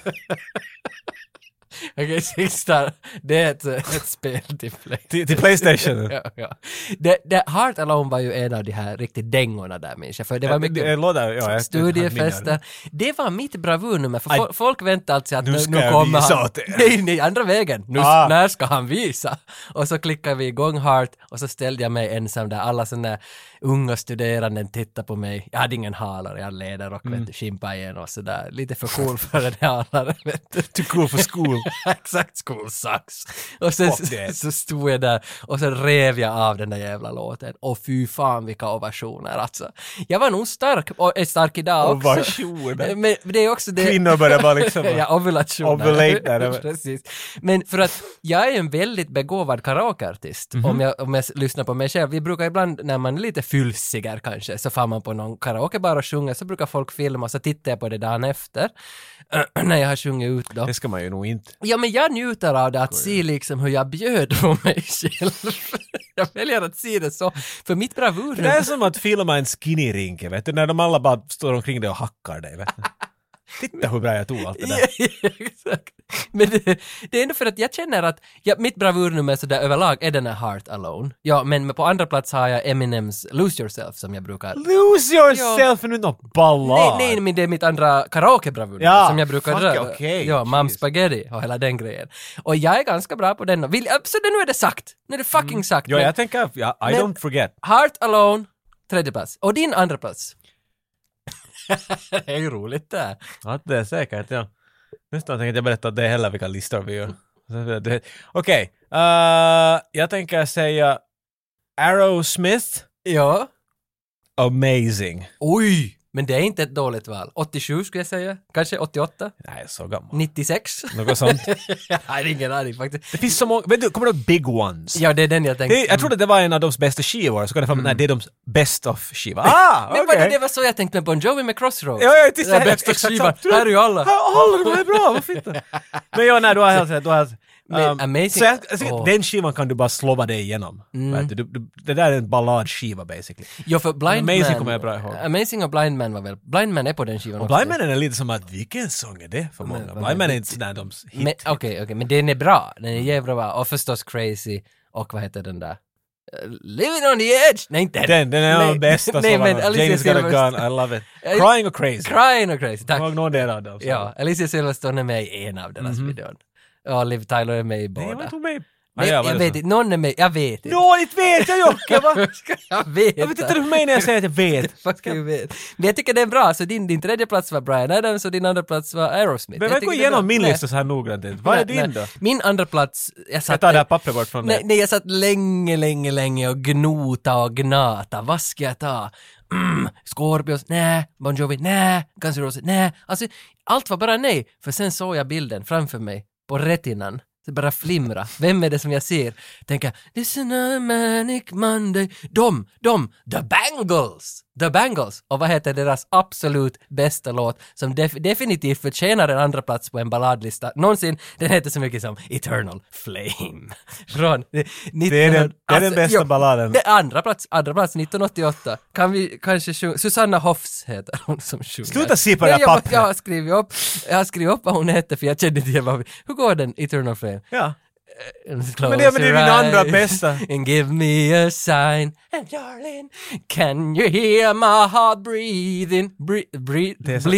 A: Okej, Singstar, det är ett, ett spel till
B: [laughs]
A: play.
B: till, till Playstation.
A: Ja, ja. Det, det, Heart Alone var ju en av de här riktigt dängorna där minns jag, för det var mycket...
B: En Eh, låda, ja. jag-
A: studiefester. Det var mitt bravurnummer, för
B: Aj.
A: fol- folk väntar alltid att
B: Nu
A: nu,
B: ska
A: nu
B: jag
A: kommer
B: visa
A: han.
B: åt er.
A: Nej, nej, andra vägen. Nu,
B: Ah.
A: När ska han visa? Och så klickade vi igång Heart och så ställde jag mig ensam där. Alla sådana unga studeranden tittade på mig. Jag hade ingen halare, jag hade läderrock,
B: Mm.
A: vet du, chimpanjen och sådär. Lite för cool för en halare, vet du.
B: Too cool for school. [laughs]
A: Exakt, school sucks. Och sen
B: Fuck
A: så,
B: det.
A: så stod jag där och så rev jag av den där jävla låten. Och fy fan vilka ovationer alltså. Jag var nog stark, och är stark idag också.
B: Ovationer.
A: Men det är också det...
B: Kvinnor börjar bara liksom...
A: [laughs] ja, ovulationer. [laughs]
B: Ovulator.
A: Precis. Men för att jag är en väldigt begåvad karaokeartist,
B: Mhm.
A: om, jag, om jag s- lyssnar på mig själv. Vi brukar ibland, när man är lite fylsigare kanske, så far man på någon karaokebar och sjunger, så brukar folk filma, så tittar jag på det dagen efter, [clears throat] när jag har sjungit ut då.
B: Det ska man ju nog inte.
A: Ja, men jag njuter av det, att se liksom hur jag bjöd på mig själv. [laughs] jag väljer att se det så, för mitt bravur...
B: Det är som att filma en skinny-rinke, vet du, när de alla bara står omkring dig och hackar dig, vet
A: [laughs]
B: du. Titta hur bra jag tog allt det där.
A: Ja, [laughs] ja, exakt. Men det, det är ändå för att jag känner att ja, mitt bravurnummer sådär överlag är den här Heart Alone. Ja, men på andra plats har jag Eminems Lose Yourself som jag brukar...
B: Lose yourself, nu är det någon ballad!
A: Nej, nej, men det är mitt andra karaokebravurnummer
B: Ja,
A: som jag brukar
B: fuck,
A: dra.
B: okej,
A: ja, Mom
B: jeez.
A: Spaghetti och hela den grejen. Och jag är ganska bra på den. Vill, så det, nu är det sagt! Nu är det fucking sagt.
B: Jo,
A: Men
B: jag tänker, Mm. ja, I
A: Men-
B: don't forget.
A: Heart Alone, tredje plats. Och din andra
B: [laughs]
A: plats. det är ju roligt det här.
B: Ja, det är säkert, ja. Nästan tänkte jag berätta det heller, vilka listor vi gör. Det- Okej, eh, jag tänker säga Aerosmith,
A: Ja.
B: amazing.
A: Oj! Men det är inte ett dåligt val. 87 skulle jag säga. Kanske 88?
B: Nej, så gammal. [laughs]
A: 96?
B: Något sånt.
A: jag har ingen aning faktiskt.
B: Det finns så många, vet du, kommer du ihåg Big Ones?
A: Ja, det är den jag tänkte.
B: Det, jag trodde det var en av de bästa skivor, så kom jag fram nej, det är de best of skiva. Mm. Ah, [laughs]
A: Men
B: okej!
A: vadå, det var så jag tänkte med Bon Jovi med Crossroads.
B: Ja, ja, det
A: Den
B: är
A: här bästa
B: exakt [laughs]
A: skivan.
B: sant.
A: Här är ju alla.
B: Alla de här är bra, vad fint! Men ja, nej, du har helt rätt. du har helt-
A: Men
B: Um,
A: Amazing-
B: Så jag, jag tycker
A: Åh. Mm.
B: Den skivan kan du bara slobba dig igenom. Vet du, du, du, det där är en balladskiva basically.
A: Ja, för Blind
B: Amazing
A: Man...
B: kommer jag bra ihåg.
A: Amazing och Blind Man var väl... Blind Man är på den skivan också.
B: Blind Man är lite som att, vilken sång är det för många? Blind Man är inte sådär de s- hit.
A: Men Okej, okej, men den är bra. Den är jävla bra. Och förstås Crazy. Och vad heter den där? Eh, Living on the edge! Nej, inte
B: Den, den är den bästa
A: nej, men
B: sångarna.
A: Alicia
B: Janie's got a
A: Silverstone.
B: gun, I love it.
A: Eh,
B: Crying or crazy?
A: Crying och Crazy, tack.
B: Kom ihåg någon del av dem. så.
A: Ja, Alicia Silverstone är med i en av deras videon. Ja, Liv Tyler är med i
B: Mhm. Nej,
A: båda.
B: vad tog mig?
A: Nej, jag vet inte, någon är med, jag vet inte.
B: Nå, inte vet jag Jocke va?
A: [laughs] jag vet
B: Jag vet inte hur mig när jag säger att jag vet.
A: Fuck you vet. Men jag tycker det är bra, så din, din tredje plats var Brian Adams och din andra plats var Aerosmith.
B: Men
A: Jag
B: jag
A: tycker
B: går
A: det är
B: igenom
A: bra.
B: min
A: Nej,
B: lista så här noggrant. Vad
A: nej,
B: är din
A: nej.
B: då?
A: Min andra plats, jag
B: Jag
A: satt...
B: tar det här pappret bort från
A: nej,
B: dig.
A: nej, jag satt länge, länge, länge och gnota och gnata. Vad ska jag ta? Mm, Scorpions? Nej. Bon Jovi? Nej. Guns N' Roses? Nej. Alltså, allt var bara nej. För sen såg jag bilden framför mig på retinan Så bara flimra. Vem är det som jag ser? Tänker, this is a manic Monday. De, de, The Bangles! The Bangles! Och vad heter deras absolut bästa låt som def- definitivt förtjänar en andra plats på en balladlista någonsin? Den heter så mycket som Eternal Flame. [laughs] Från alltså,
B: Det är den, det är den bästa balladen.
A: Det är andra plats, andra plats 1988. Kan vi kanske sjunga, Susanna Hoffs heter hon som sjunger.
B: Sluta se på det här
A: Nej, jag-
B: pappret.
A: Jag har skrivit upp, jag har skrivit upp vad hon heter för jag kände inte igen vad vi- Hur går den, Eternal Flame?
B: Ja.
A: men
B: det är väl min andra bästa.
A: [laughs] And give me a sign, and darling, can you hear my heart breathing? Bre- bre-
B: Det är så- Kan
A: [laughs]
B: du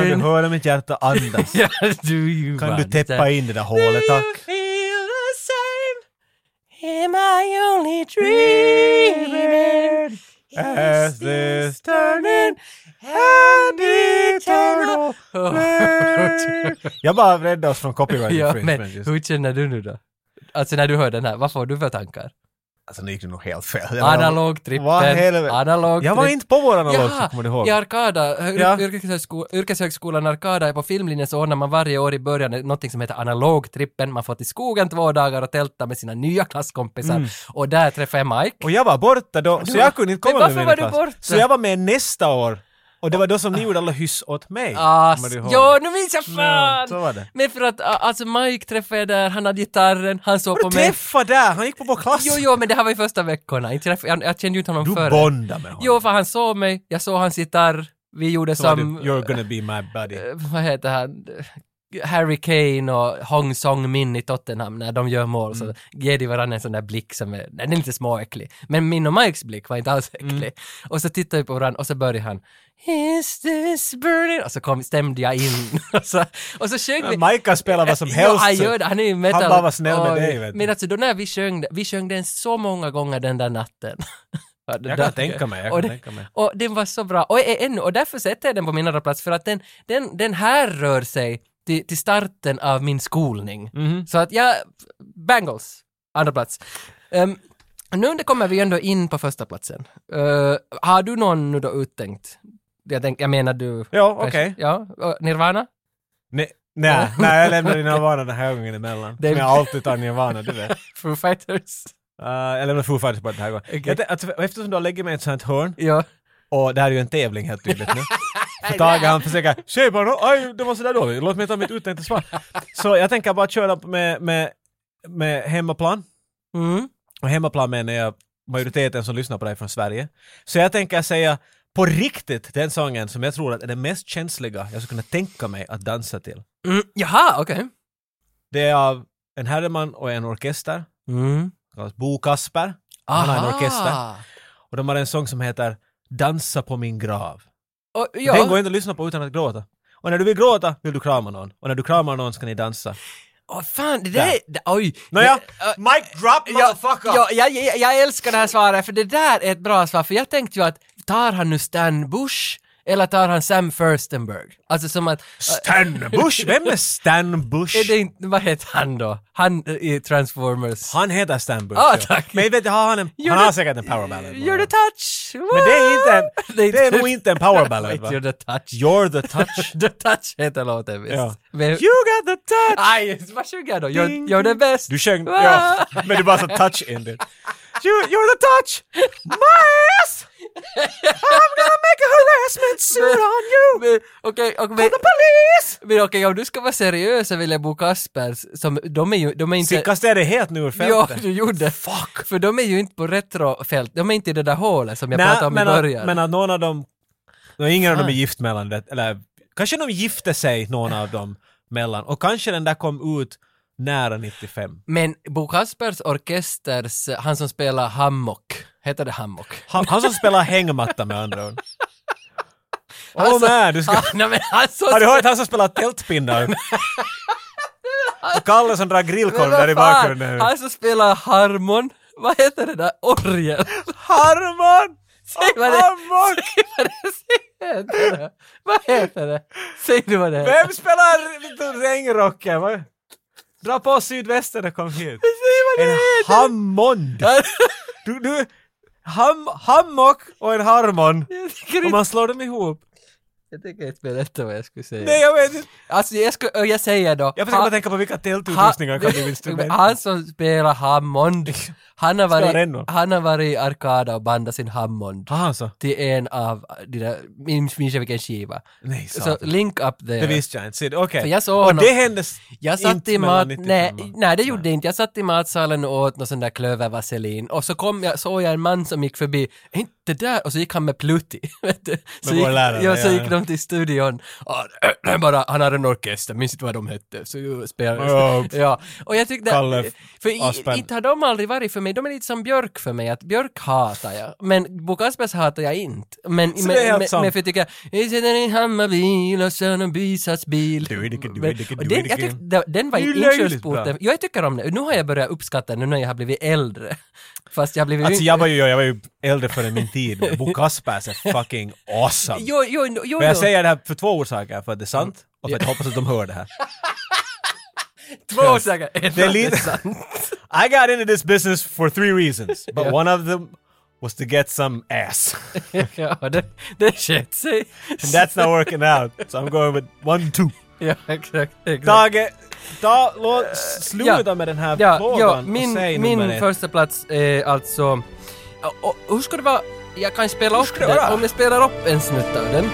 A: bleeding.
B: höra mitt hjärta
A: [laughs]
B: andas?
A: Ja, do you
B: Kan du täppa in det där hålet, tack?
A: Do you feel the same? Am I only dreaming?
B: As this
A: turning [laughs]
B: and eternal Jag bara räddade oss från copyright
A: Ja, men
B: infringement. just.
A: hur känner du nu då? Alltså när du hör den här, vad får du för tankar?
B: Alltså nu gick det nog helt fel. Jag var-
A: Analogtrippen,
B: Vad helvete.
A: analogtrippen.
B: Jag var inte på vår analog, så kommer du ihåg?
A: i Arkada, Yr-
B: Ja.
A: yrkeshögsko- yrkeshögskolan Arkada på filmlinjen så ordnar man varje år i början något som heter analogtrippen. Man får till skogen två dagar och tälta med sina nya klasskompisar
B: Mm.
A: och där träffar jag Mike.
B: Och jag var borta då, så
A: var-
B: jag kunde inte
A: Men
B: komma med
A: varför
B: min
A: var du
B: klass.
A: borta?
B: Så jag var med nästa år. Och det var då som ni gjorde alla hyss åt mig.
A: Ah,
B: kommer du ihåg?
A: ja, nu minns jag
B: Ja, så
A: fan!
B: var det.
A: Men för att, ah, alltså Mike träffade jag där, han hade gitarren, han såg på
B: Du
A: mig.
B: träffade där! Han gick på vår klass!
A: Jo, jo, men det här var ju första veckorna, Inte träff- jag, jag kände ju inte honom
B: Du
A: förr.
B: bondade med honom.
A: Jo, för han såg mig, jag såg hans gitarr, vi gjorde
B: så var
A: som...
B: du, You're gonna be my buddy.
A: eh, vad heter han, Harry Kane och Hong Song Min i Tottenham när de gör mål så
B: Mm.
A: ger de varandra en sån där blick som är, den är lite småäcklig. Men min och Mikes blick var inte alls
B: Mm.
A: äcklig. Och så tittar vi på varandra och så börjar han Is this burning? Och så kom, stämde jag in. [laughs] och, så, och så sjöng vi.
B: Mike spelar vad som
A: Jo,
B: helst.
A: han gör det. Han är ju metal.
B: Han bara var snäll med
A: Oj.
B: dig, vet du.
A: Men alltså då när vi sjöng, det- vi sjöng den så många gånger den där natten. [laughs] Ja, det
B: Jag
A: där-
B: kan tänka mig, jag
A: och det-
B: kan tänka mig.
A: och den var så bra. Och, är ännu, och därför sätter jag den på min andra plats för att den, den, den här rör sig till, till starten av min skolning. Så att jag, Bangles, andra plats. Ehm, nu det kommer vi ändå in på första platsen. Eh, har du någon nu då uttänkt? Jag, tänk, jag menar du...
B: Ja, okej.
A: Ja, och Nirvana?
B: Nej, nej, nej, jag lämnar Nirvana den här gången emellan.
A: Det-
B: Som jag alltid tar Nirvana, du vet.
A: Foo Fighters?
B: Uh, jag lämnar Foo Fighters bara den här gången.
A: Okej.
B: Jag tänkte att eftersom du har lägger mig i ett sånt här hörn,
A: Ja.
B: och det här är ju en tävling helt tydligt
A: [laughs]
B: nu. För Tage han försöker, tjej bara, aj, det var sådär dåligt, låt mig ta mitt uttänkta svar. Så jag tänker bara köra med, med, med hemmaplan.
A: Mm.
B: Och hemmaplan menar jag majoriteten som lyssnar på dig från Sverige. Så jag tänker säga på riktigt den sången som jag tror att är den mest känsliga jag skulle kunna tänka mig att dansa till.
A: Mm. Jaha, okej.
B: Det är av en herreman och en orkester.
A: Mm.
B: kallas Bo Kasper. Han har en orkester. Och de har en sång som heter Dansa på min grav.
A: Och, ja.
B: Den går inte att lyssna på utan att gråta. Och när du vill gråta vill du krama någon. Och när du kramar någon ska ni dansa.
A: Åh fan, det där, det, oj.
B: Nåja,
A: Det- äh,
B: mic drop
A: Ja, ja, jag, jag, jag älskar det här svaret, för det där är ett bra svar, för jag tänkte ju att tar han nu Stan Bush eller tar han Sam Furstenberg? Alltså som att... äh,
B: Stan Bush! Vem är Stan
A: Är
B: Bush?
A: det inte, vad heter han då? Han äh, i Transformers?
B: Han heter Stan Bush.
A: Ah,
B: ja.
A: tack.
B: Men vet du, har han, en,
A: You're
B: han har
A: the-
B: säkert en power ballad.
A: You're the touch!
B: Men det är inte
A: [laughs]
B: en,
A: Det är
B: det
A: inte-
B: är nog inte en
A: [laughs]
B: power ballad va?
A: You're the touch.
B: You're the touch.
A: the touch heter låten visst.
B: [laughs] Ja.
A: Men,
B: You got the touch!
A: aj, vad sjunger jag då? You're,
B: Ding,
A: you're the
B: ding.
A: best!
B: Du sjöng,
A: Ah.
B: ja. Men du bara sa touch in det. You, you're the touch!
A: [laughs]
B: Miles! I'm gonna make a harassment suit on you!
A: Men, okej, och men,
B: The police!
A: men okej, om du ska vara seriös så vill jag Bo Kaspers, som, de är ju, de är inte...
B: Sickan städade helt nu ur
A: Ja,
B: fältet.
A: du gjorde. Fuck! För de är ju inte på retrofält, de är inte i det där hålet som jag
B: Nej,
A: pratade om i
B: men,
A: början. Ah.
B: att, men att någon av dem... Nej, ingen av dem är
A: Fan.
B: gift mellan det, eller kanske de gifte sig någon av dem mellan och kanske den där kom ut nära 95.
A: Men Bo Kaspers orkesters, han som spelar Hammock, heter det Hammock?
B: Han, han som spelar hängmatta med andra ord.
A: [laughs] Han
B: Åh
A: som-
B: nej, du ska...
A: Ah, [laughs] nej, men han som...
B: Har du hört han som
A: [laughs]
B: spelar tältpinnar? Och Kalle som drar grillkorv
A: Men
B: där i
A: vad fan,
B: bakgrunden.
A: Han som spelar harmon, vad heter det där? Orgel? [laughs]
B: Harmon!
A: Säg vad det, säg vad det, säg vad det heter. det. Vad heter det? Säg nu vad det heter.
B: Vem spelar lite regnrocken? va? Dra på sydvästen och kom hit.
A: Säg vad det
B: En
A: heter.
B: hammond! [laughs] Du, du, ham, hammock och en harmon.
A: Jag tycker
B: Om
A: inte-
B: man slår dem ihop.
A: Jag tänker inte berätta vad jag skulle säga.
B: Nej, jag vet inte.
A: Alltså jag, skulle, och jag säger då...
B: Jag försöker bara
A: han-
B: tänka på vilka tältutrustningar
A: [laughs]
B: kan bli instrument.
A: Han som spelar
B: [laughs]
A: Hammond, han har
B: Spelar den då?
A: varit, han har varit i Arkada och bandat sin Hammond
B: Aha, så.
A: till en av de där, minns minns jag vilken skiva.
B: Nej,
A: Så
B: så.
A: Link Up
B: Det
A: There.
B: visste jag inte. Sid, Okej.
A: För jag såg
B: Och
A: honom.
B: det händes
A: Jag satt
B: inte
A: i
B: mellan
A: mat...
B: 95.
A: Nej, nej, det gjorde jag inte. Jag satt i matsalen och åt någon sån där klövervaselin och så kom jag, såg jag en man som gick förbi, "Är inte det där, och så gick han med plutti. [laughs] vet du. Så,
B: vår
A: gick,
B: lärare,
A: ja, så
B: ja,
A: gick
B: ja.
A: de till studion och [clears throat] bara, han hade en orkester, minns inte vad de hette, så ju
B: Ja.
A: spelade [laughs] Ja, och jag tyckte...
B: Kalle F-
A: för i-
B: Aspen.
A: inte har de aldrig varit för mig, de är lite som Björk för mig, att Björk hatar jag, men Bo Kaspers hatar jag inte. Men,
B: Så
A: men,
B: det är helt
A: men,
B: sant.
A: men för jag tycker, jag sitter i Hammarby, och Sören Bysas bil.
B: Duidike,
A: Men-
B: duidike,
A: och den-
B: duidike.
A: jag tyckte- den- Den var
B: Det är ju
A: inkörsporten.
B: löjligt
A: Ja, Jag tycker om det. Nu har jag börjat uppskatta nu när jag har blivit äldre. [laughs] Fast jag har blivit
B: Alltså
A: yng-
B: jag var ju, jag var ju äldre före min tid, men Bo
A: [laughs]
B: Kaspers är fucking awesome.
A: Jo, Mm. jo, jo, jo.
B: Men jag säger det här för två orsaker, för att det är sant och för att jag hoppas att de hör det här.
A: två saker.
B: Det är lite- I got into this business for three reasons, but
A: Ja.
B: one of them was to get some ass.
A: [laughs] ja, det, det sket sig.
B: And that's not working out, so I'm going with one, two.
A: [laughs] Ja, exakt. exakt.
B: Tage, ta, låt, s- sluta med den här
A: Eh, ja,
B: frågan
A: ja,
B: och
A: min,
B: säg nummer
A: min
B: ett.
A: första plats är alltså... Och, och, hur ska det vara? Jag kan spela upp
B: det vara?
A: den. Om jag spelar upp en snutt av den.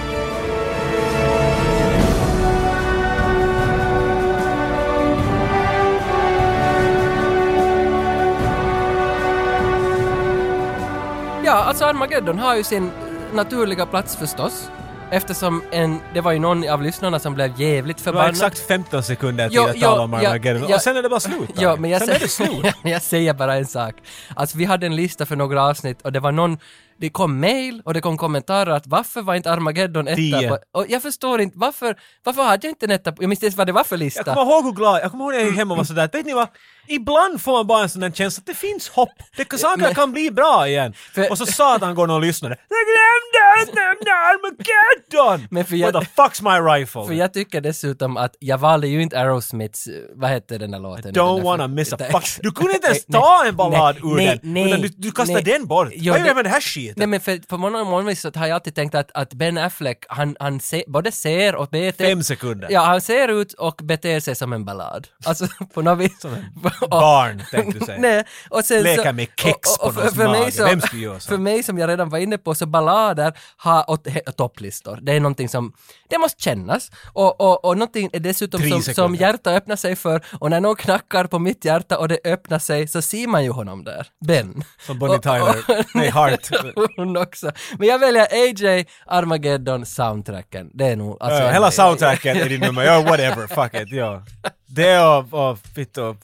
A: Ja, alltså Armageddon har ju sin naturliga plats förstås. Eftersom en, det var ju någon av lyssnarna som blev jävligt
B: Det var
A: förbannad.
B: exakt 15 sekunder till
A: Jo,
B: att
A: jo,
B: tala om
A: ja,
B: Armageddon
A: ja.
B: och sen är det bara slut. Tage.
A: Ja, men jag,
B: sen är det slut.
A: säger, [laughs] jag säger bara en sak. Alltså vi hade en lista för några avsnitt och det var någon, det kom mail och det kom kommentarer att varför var inte Armageddon
B: Tio.
A: etta? på- Och jag förstår inte, varför, varför hade jag inte en etta? på- Jag minns inte ens vad det var för
B: Jag
A: lista.
B: kommer ihåg hur glad, jag kommer ihåg när jag gick hem och var sådär, vet ni vad? Ibland får man bara en sån där känsla att det finns hopp. Det kan, saker
A: Men-
B: kan bli bra igen.
A: För-
B: och så satan går någon och lyssnade. Jag glömde att nämna Armageddon!
A: Men för jag-
B: What the fuck's my rifle?
A: För jag tycker dessutom att jag valde ju inte Aerosmiths, vad hette den där låten?
B: Don't
A: Den där-
B: wanna
A: [laughs]
B: miss a
A: Nej,
B: fuck. Du kunde inte ens
A: nej,
B: ta en ballad
A: nej,
B: ur
A: nej,
B: den.
A: nej,
B: utan du, du kastade
A: nej.
B: den bort.
A: Ja,
B: Vad gör
A: det-
B: jag med den här skiten?
A: Nej men för, på många många vis så har jag alltid tänkt att, att Ben Affleck, han, han se, både ser och beter...
B: Fem sekunder.
A: Ja, han ser ut och beter sig som en ballad. Alltså [laughs] på något vis.
B: Som en
A: Och-
B: Barn, tänkte du säga.
A: [laughs] Nej, och sen
B: Leka
A: så-
B: med kex på någons mage. Vem skulle göra så?
A: För mig som jag redan var inne på så ballader har åt, he, topplistor. Det är någonting som, det måste kännas. Och, och, och någonting är dessutom
B: Tre
A: som,
B: sekunder.
A: som hjärta öppnar sig för. Och när någon knackar på mitt hjärta och det öppnar sig så ser man ju honom där. Ben.
B: Som Bonnie
A: Och-
B: Tyler.
A: [laughs] och-
B: Nej, Hart.
A: Hon också. Men jag väljer AJ Armageddon soundtracken. Det är nog... alltså-
B: Ja, hela soundtracken är din nummer. Ja, whatever. Fuck it. Ja. Det och, och fitt och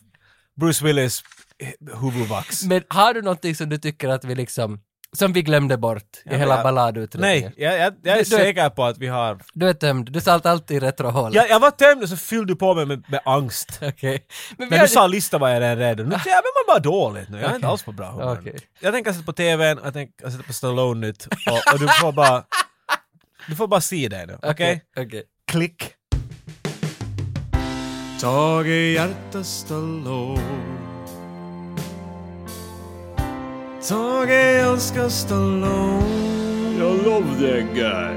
B: Bruce Willis huvudvax.
A: Men har du någonting som du tycker att vi liksom, som vi glömde bort i hela
B: jag-
A: balladutredningen?
B: Nej, jag, jag, jag är
A: Du- du är-
B: säker på att vi har...
A: Du är tömd, du satt alltid i retrohålet.
B: Jag, jag var tömd och så fyllde du på mig med, med angst.
A: [laughs] Okej. Men vi
B: När du
A: hade-
B: sa lista var jag redan
A: [laughs]
B: rädd. Nu jag var bara dåligt nu. Jag är inte alls på bra humör.
A: Okej.
B: Jag tänker sätta på TVn, jag tänker sätta på Stallone nytt och, och du får bara... Du får bara se dig nu. Okej?
A: Okej.
B: Klick.
D: Tage Hjärta Stallone Tage älskar Stallone
C: I love that guy.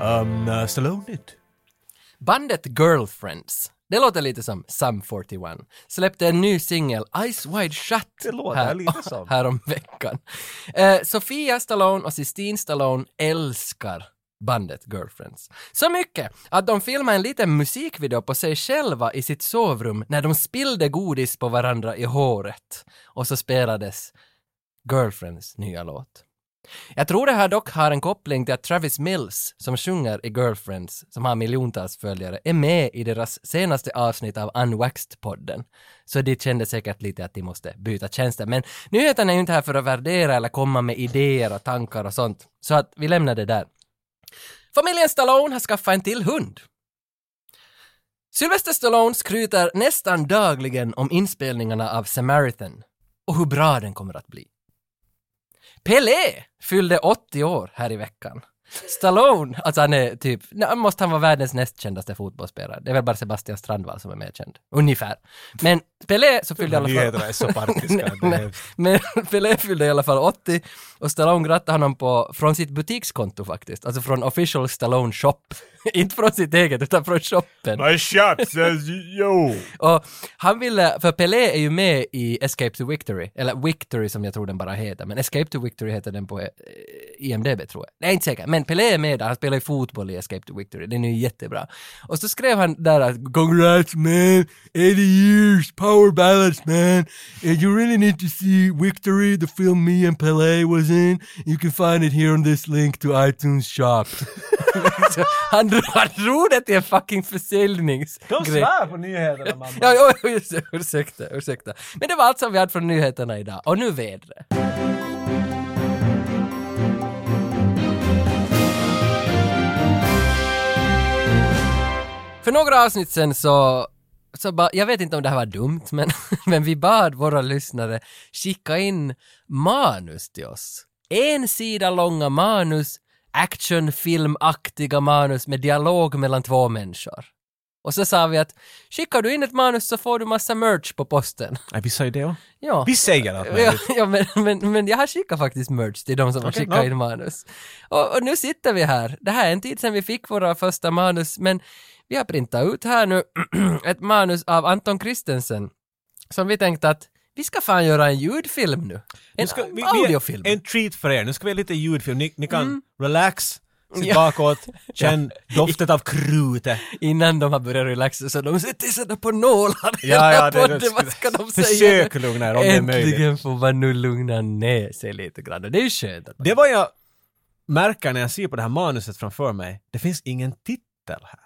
B: Um, uh, Stallone nytt.
A: Bandet Girlfriends. Det låter lite som Sum 41. Släppte en ny singel, Ice Wide Shut,
B: Det låter
A: [laughs]
B: lite som.
A: härom veckan. Eh, Sofia Stallone och Sistine Stallone älskar bandet Girlfriends. Så mycket att de filmade en liten musikvideo på sig själva i sitt sovrum när de spillde godis på varandra i håret. Och så spelades Girlfriends nya låt. Jag tror det här dock har en koppling till att Travis Mills, som sjunger i Girlfriends, som har miljontals följare, är med i deras senaste avsnitt av Unwaxed-podden. Så de kände säkert lite att de måste byta tjänster. Men nyheterna är ju inte här för att värdera eller komma med idéer och tankar och sånt. Så att vi lämnar det där. Familjen Stallone har skaffat en till hund. Sylvester Stallone skryter nästan dagligen om inspelningarna av Samaritan och hur bra den kommer att bli. Pelé fyllde 80 år här i veckan. Stallone, alltså han är typ, nej, han måste han vara världens näst kändaste fotbollsspelare. Det är väl bara Sebastian Strandvall som är mer känd. Ungefär. Men Pelé så fyllde i alla fall...
B: Nyheterna är så partiska. det
A: [laughs] Nej,
B: är-
A: Men Pelé fyllde i alla fall 80 och Stallone grattade honom på, från sitt butikskonto faktiskt. Alltså från official Stallone shop. [laughs] Inte från sitt eget utan från shoppen.
B: My shop says yo!
A: [laughs] Och han ville, för Pelé är ju med i Escape to Victory, eller Victory som jag tror den bara heter, men Escape to Victory heter den på eh, IMDB tror jag. Nej, inte säker, men Pelé är med där, han spelar ju fotboll i Escape to Victory, den är ju jättebra. Och så skrev han där att “Congrats man, 80 years, power balance man, and you really need to see Victory, the film me and Pelé was in, you can find it here on this link to iTunes
B: [laughs]
A: shop”. [laughs] Så han, drog- han drog det till en fucking
B: De
A: försäljningsgrej.
B: svär på nyheterna mamma.
A: Ja, ja, ja, just det. Ursäkta, ursäkta. Men det var allt som vi hade från nyheterna idag. Och nu vädret. För några avsnitt sen så, så ba, jag vet inte om det här var dumt, men, [laughs] men vi bad våra lyssnare skicka in manus till oss. En sida långa manus, actionfilmaktiga manus med dialog mellan två människor. Och så sa vi att skickar du in ett manus så får du massa merch på posten.
B: Nej, vi sa ju det också.
A: Ja.
B: Vi säger
A: [laughs]
B: allt
A: Ja,
B: möjligt.
A: ja men, men, men jag har skickat faktiskt merch till de som har
B: Okej,
A: skickat
B: ja.
A: in manus. Och, och nu sitter vi här. Det här är en tid sedan vi fick våra första manus, men vi har printat ut här nu [clears throat] ett manus av Anton Christensen som vi tänkte att vi ska fan göra en ljudfilm nu. En
B: Nu ska- vi- vi-
A: audiofilm. Mm.
B: En treat för er. Nu ska vi ha lite ljudfilm. Ni, ni kan relax, sitt
A: Ja.
B: bakåt, känn doftet av krutet.
A: Innan de har börjat relaxa så de sitter sådär på nålar
B: Ja, ja,
A: hela
B: det- det
A: podden. Vad ska de säga?
B: [laughs] Försök
A: nu?
B: lugna er om det är möjligt.
A: Äntligen får man nu lugna ner sig lite grann. Och Det är ju skönt. att man-
B: Det var jag märker när jag ser på det här manuset framför mig. Det finns ingen titel här.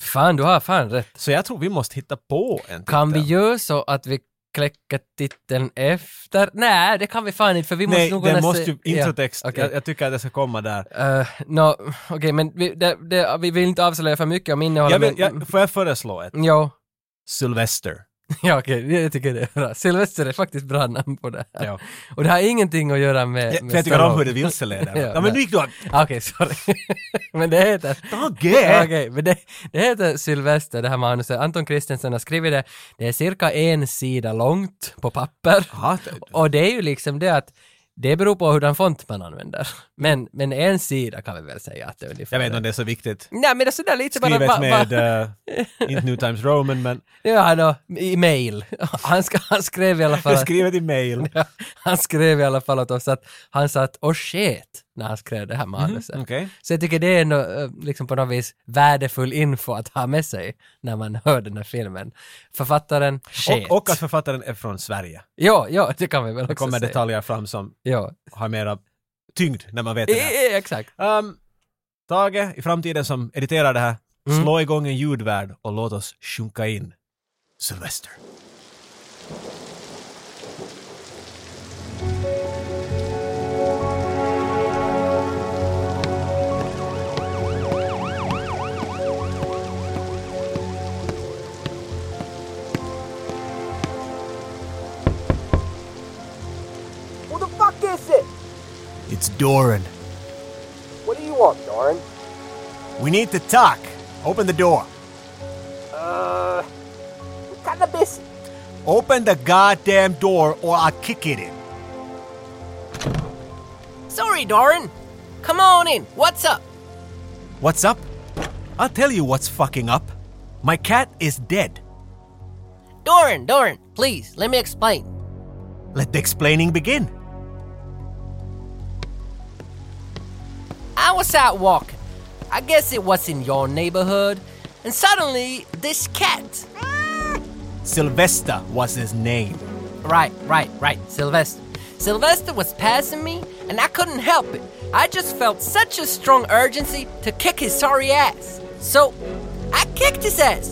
A: Fan, du har fan rätt.
B: Så jag tror vi måste hitta på en titel.
A: Kan vi göra så att vi kläcker titeln efter? Nej, det kan vi fan inte för vi måste
B: Nej,
A: nog
B: det
A: kunna
B: måste
A: se-
B: ju introtext.
A: Ja, okej.
B: Jag, jag tycker att det ska komma där.
A: Eh, nå, Okej, men vi, det, det, vi vill inte avslöja för mycket om innehållet.
B: Jag vill,
A: men, Mm,
B: jag, får jag föreslå ett?
A: Jo,
B: Sylvester.
A: [laughs] ja, okej, jag tycker det är bra. Sylvester är faktiskt bra namn på det här.
B: Ja.
A: Och det har ingenting att göra med...
B: Jag,
A: Eh, med
B: för jag tycker om hur det
A: Stallone.
B: vilseleder.
A: [laughs] Ja,
B: ja, men nu gick du av.
A: Ah, Okej, sorry. [laughs] men det heter... Okej,
B: Tage! [laughs]
A: men det, det heter Sylvester, det här manuset. Anton Christensen har skrivit det. Det är cirka en sida långt på papper.
B: Jaha, det-
A: Och det är ju liksom det att det beror på hurdan font man använder. Men, men en sida kan vi väl säga att det är ungefär.
B: Jag vet inte om det är så viktigt.
A: Nej men det är sådär lite bara...
B: Skrivet
A: va- va-
B: med, eh, inte New Times
A: [laughs]
B: Roman, men
A: Ja, han har, i mail. [laughs] Han, ska, han skrev i alla
B: det
A: fall...
B: är skrivet i mail.
A: Ja, [laughs] han skrev i alla fall åt oss att han satt och sket när han skrev
B: Mhm,
A: det här manuset.
B: Okej.
A: Så jag tycker det är nå- eh, liksom på något vis värdefull info att ha med sig när man hör den här filmen. Författaren sket.
B: Och, och att författaren är från Sverige.
A: Ja, ja, det kan vi väl
B: Det
A: också
B: kommer
A: säga.
B: detaljer fram som
A: Ja,
B: har mera tyngd när man vet det.
A: e-
B: Där.
A: e- exakt.
B: Ehm, Tage, i framtiden som editerar det här,
A: Mm.
B: slå igång en ljudvärld och låt oss sjunka in. Sylvester.
E: Who the fuck is it?
B: It's Doran.
E: What do you want, Doran?
B: We need to talk. Open the door.
E: Uh, we're kinda busy.
B: Open the goddamn door or I'll kick it in.
A: Sorry, Doran. Come on in. What's up?
B: What's up? I'll tell you what's fucking up. My cat is dead.
A: Doran, Doran, please, let me explain.
B: Let the explaining begin.
A: I was out walking. I guess it was in your neighborhood. And suddenly, this cat.
B: Sylvester was his name.
A: Right, right, right, Sylvester. Sylvester was passing me, and I couldn't help it. I just felt such a strong urgency to kick his sorry ass. So, I kicked his ass.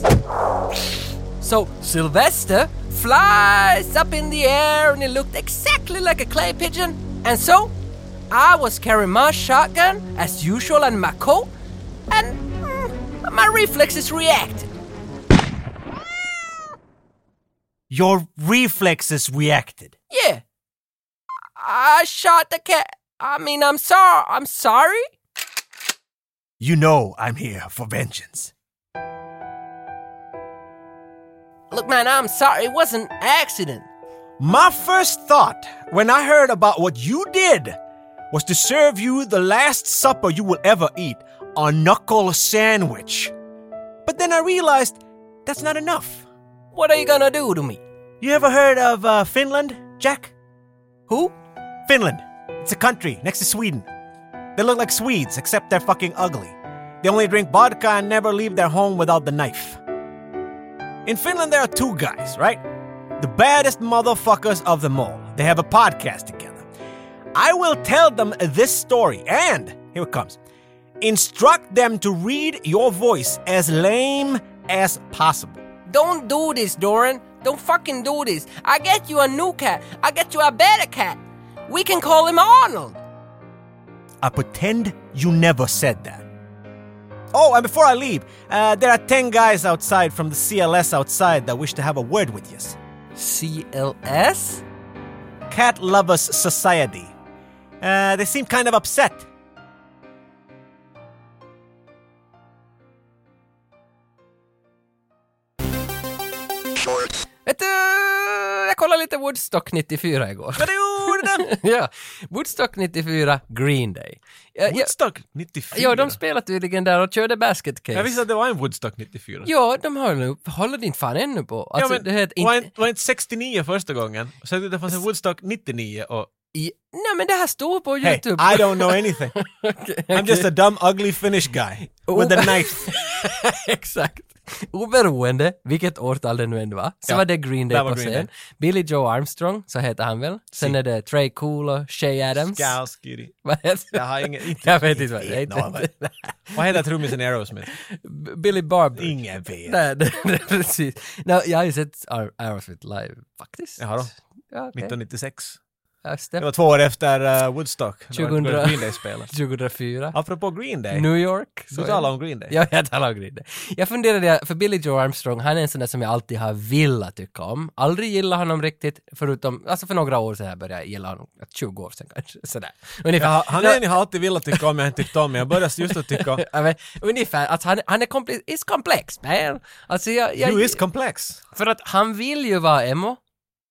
A: So Sylvester flies up in the air and he looked exactly like a clay pigeon. And so I was carrying my shotgun as usual and my coat, and mm, my reflexes reacted.
B: Your reflexes reacted.
A: Yeah. I shot the cat. I mean, I'm sorry. I'm sorry.
B: You know I'm here for vengeance.
A: Look, man, I'm sorry. It was an accident.
B: My first thought when I heard about what you did was to serve you the last supper you will ever eat a knuckle sandwich. But then I realized that's not enough.
A: What are you gonna do to me?
B: You ever heard of uh, Finland, Jack?
A: Who?
B: Finland. It's a country next to Sweden. They look like Swedes, except they're fucking ugly. They only drink vodka and never leave their home without the knife. In Finland, there are two guys, right? The baddest motherfuckers of them all. They have a podcast together. I will tell them this story and, here it comes, instruct them to read your voice as lame as possible.
A: Don't do this, Doran. Don't fucking do this. I get you a new cat. I get you a better cat. We can call him Arnold.
B: I pretend you never said that. Oh, and before I leave, uh, there are 10 guys outside from the CLS outside that wish to have a word with you.
A: CLS?
B: Cat Lovers Society. Uh, they seem kind of upset.
C: shorts,
A: Vet du, jag kollade lite Woodstock 94 igår. [laughs]
B: Vad gjorde den?
A: [laughs] ja, Woodstock 94, Green Day. Ja, ja,
B: Woodstock 94?
A: ja, de spelade tydligen där och körde basket case.
B: Jag visste att det var en Woodstock 94.
A: Ja, de håller, upp- håller inte fan ännu på. Alltså, det heter
B: var,
A: inte...
B: inte, var inte 69 första gången? Sen det fanns en Woodstock 99 och...
A: i- Nej, men det här står på
B: Hey,
A: YouTube. [laughs]
B: I don't know anything.
A: Okej, Oh.
B: I'm just a dumb ugly Finnish guy with a knife.
A: [laughs] Exakt. Oberoende vilket årtal det nu än var, så
B: Ja,
A: var det Green
B: där
A: Day
B: var
A: på
B: Green
A: scen. Billy Joe Armstrong, så heter han väl. Sen är det Trey Cool och Shay Adams.
B: Skowskiri.
A: Vad heter [laughs]
B: Jag har ingen... Inte,
A: Jag vet inte vad det
B: vet någon.
A: heter.
B: Vad heter trummisen i Aerosmith?
A: [laughs] B- Billy Barber.
B: Ingen vet.
A: Nej, [laughs] det- det- precis. No, jag har ju sett Ar- Aerosmith live, faktiskt.
B: Jaha då.
A: Ja, okej.
B: 1996.
A: Ja,
B: Det
A: stämmer.
B: var två år efter eh, Woodstock. när
A: 2000.
B: Green Day spelade.
A: 2004.
B: Apropå Green Day.
A: New York.
B: Du talar om Green Day.
A: [laughs] Ja, jag talar om Green Day. Jag funderade, för Billy Joe Armstrong, han är en sån där som jag alltid har velat tycka om. Aldrig gillat honom riktigt, förutom, alltså för några år sedan här började jag gilla honom, 20 år sedan kanske, sådär. Ungefär.
B: Ja, han är en jag har alltid velat tycka om, jag har inte tyckt om, men jag började just att
A: [laughs]
B: tycka om.
A: Ja, men, ungefär, att han, han är komplex, is komplex man. Alltså jag, jag,
B: Du is komplex.
A: för att han vill ju vara emo.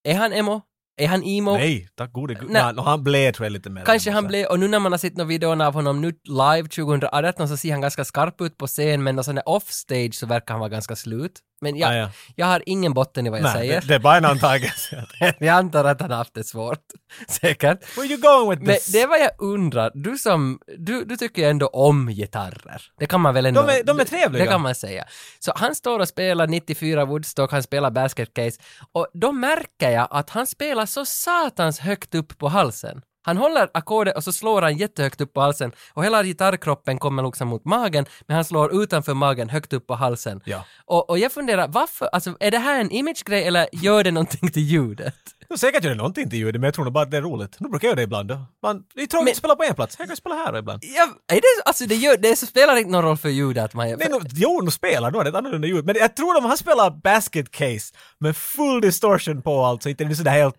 A: Är han emo? Är han emo?
B: Nej, tack gode gud.
A: Nej.
B: Nej, och han blev tror jag lite mer.
A: Kanske
B: än
A: han
B: så.
A: blev, och nu när man har sett några videorna av honom nu live 2018 så ser han ganska skarp ut på scen men när han är offstage så verkar han vara ganska slut. Men jag,
B: Ah, ja.
A: jag har ingen botten i vad jag
B: Nej,
A: säger.
B: Det, det är bara
A: [laughs]
B: en antagelse.
A: Jag antar att han har haft det svårt. [laughs] Säkert.
B: Where you going with
A: Men
B: this?
A: det var jag undrar, du som, du, du tycker ändå om gitarrer. Det kan man väl ändå...
B: De är- de är trevliga.
A: Det kan man säga. Så han står och spelar 94 Woodstock, han spelar Basket Case. Och då märker jag att han spelar så satans högt upp på halsen. Han håller ackordet och så slår han jättehögt upp på halsen och hela gitarrkroppen kommer liksom mot magen men han slår utanför magen högt upp på halsen.
B: Ja.
A: Och, och jag funderar varför, alltså är det här en imagegrej eller gör det någonting till ljudet?
B: Nu säkert gör det någonting till ljudet, men jag tror nog bara att det är roligt. Nu brukar jag göra det ibland då. Man, det är tråkigt
A: Men-
B: att spela på en plats. Jag kan spela här då ibland.
A: Ja, är det, alltså det, gör, det spelar inte någon roll för ljudet att man...
B: Nej, nu, jo, nu spelar, nu är det ett annorlunda ljud. Men jag tror de han spelar basket case med full distortion på allt, så inte det är sådär helt...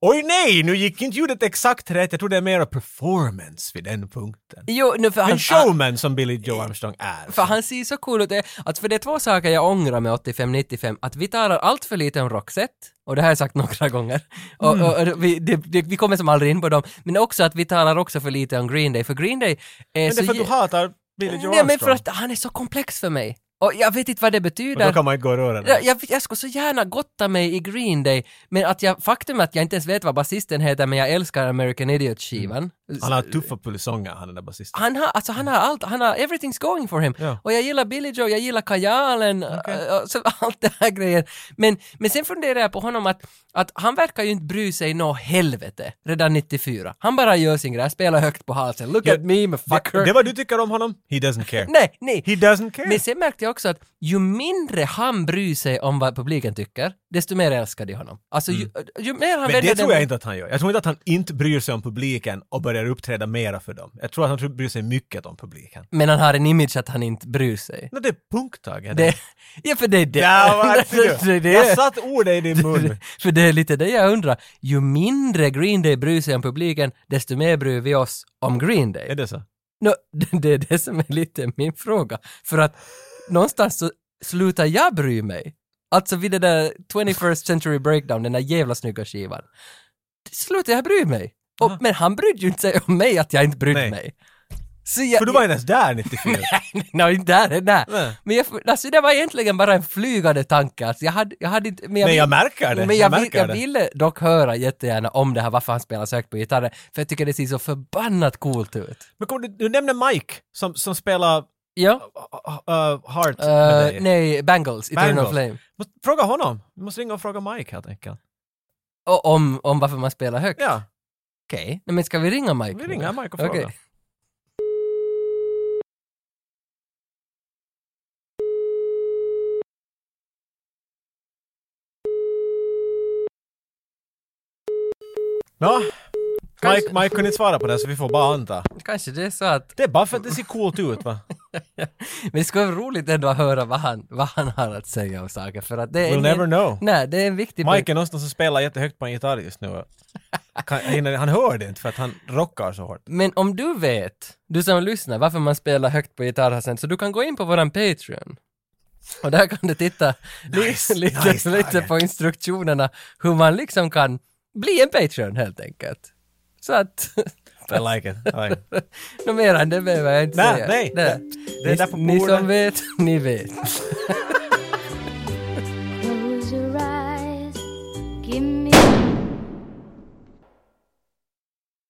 B: Oj nej, nu gick inte ljudet exakt rätt. Jag tror det är mera performance vid den punkten.
A: Jo, nu för han,
B: En showman som Billy Joe Armstrong är.
A: ah. för han ser så cool ut. Eh, Att för det är två saker jag ångrar med 85-95. Att vi talar allt för lite om Roxette, och det har jag sagt [laughs] några gånger. Och,
B: Mm.
A: och, och vi, det, det, vi kommer som aldrig in på dem. Men också att vi talar också för lite om Green Day, för Green Day är
B: Men det
A: så...
B: är för att du
A: jä-
B: hatar Billy Joe
A: Nej, men för
B: Armstrong.
A: att han är så komplex för mig. Och jag vet inte vad det
B: Och då
A: betyder.
B: kan man inte gå och röra
A: Jag,
B: den.
A: jag, jag skulle så gärna gotta mig i Green Day, men att jag, faktum är att jag inte ens vet vad basisten heter, men jag älskar American Idiot-skivan.
B: Han har tuffa pulsånger, han den där basisten.
A: Han har, alltså han har allt, han har everything's going for him.
B: Ja.
A: Och jag gillar Billy Joe, jag gillar kajalen, äh, äh, så [laughs] allt det här grejen. Men, men sen funderar jag på honom att, att han verkar ju inte bry sig nå helvete redan 94. Han bara gör sin grej, spelar högt på halsen. Look
B: Ja,
A: at me, my fucker.
B: Det, det var du tycker om honom? He doesn't care.
A: Nej, nej.
B: He doesn't care.
A: Men sen märkte jag också att ju mindre han bryr sig om vad publiken tycker, desto mer älskar de honom. Alltså ju, ju mer han
B: Mm. Men
A: väljer
B: det tror jag
A: den-
B: inte att han gör. Jag tror inte att han inte bryr sig om publiken och börjar uppträda mera för dem. Jag tror att han tror- bryr sig mycket om publiken.
A: Men han har en image att han inte bryr sig.
B: Nej, det är punkttagen.
A: Det, ja, för det är det.
B: Ja, vad
A: [laughs]
B: är
A: Det är
B: det?
A: det.
B: Jag satt ordet i din mun.
A: [laughs] För det är lite det jag undrar. Ju mindre Green Day bryr sig om publiken, desto mer bryr vi oss om Green
B: Är
A: Day.
B: det så?
A: Nå, [laughs] det- det är det som är lite min fråga. För att någonstans så slutar jag bry mig. Alltså vid det där 21st Century Breakdown, den där jävla snygga skivan. Slutar jag bry mig. Och, men han brydde ju inte sig om mig att jag inte brydde
B: Nej.
A: mig. Så jag,
B: För du var inte ens där 94.
A: Nej, [laughs] nej, inte där, nej.
B: Nej.
A: Men jag, alltså det var egentligen bara en flygande tanke. Alltså jag hade, jag hade inte... Men
B: Men
A: vill-
B: jag märker det.
A: Men
B: jag
A: jag, vill,
B: märker
A: jag
B: det.
A: ville dock höra jättegärna om det här, varför han spelar så högt på gitarren. För jag tycker det ser så förbannat coolt ut.
B: Men kom, du, du nämnde Mike som, som spelar
A: Ja.
B: uh, Heart med
A: Eh,
B: dig.
A: nej, Bangles, Eternal
B: Bangles.
A: Flame.
B: Måste fråga honom. Du måste ringa och fråga Mike helt enkelt.
A: Och om, om varför man spelar högt.
B: Ja,
A: Okej. Nej, Men ska vi ringa Mike?
B: vi
A: nu?
B: ringer Mike och
A: Okej.
B: frågar. Nå, Mike,
A: Kanske-
B: Mike kunde inte svara på det så vi får bara anta.
A: Kanske det är så att...
B: Det är bara för att det ser coolt
A: [laughs]
B: ut va?
A: Men det skulle vara roligt ändå att höra vad han, vad han har att säga om saker. För att det är
B: We'll
A: en-
B: never know.
A: Nej, det är en viktig...
B: Mike är någonstans som spelar jättehögt på en gitarr just nu. Kan, hinner- han hör det inte för att han rockar så hårt.
A: Men om du vet, du som lyssnar, varför man spelar högt på gitarr här sen, så du kan gå in på våran Patreon. Och där kan du titta li- [laughs]
B: Nice,
A: lite,
B: nice,
A: lite
B: Tage.
A: på instruktionerna hur man liksom kan bli en Patreon helt enkelt. Så att, [laughs]
B: I like it. I like it.
A: något mer än det behöver jag inte
B: Nej,
A: säga.
B: nej,
A: Det,
B: det är där
A: [laughs]
B: på
A: ni, ni
B: bordet.
A: som vet, ni vet.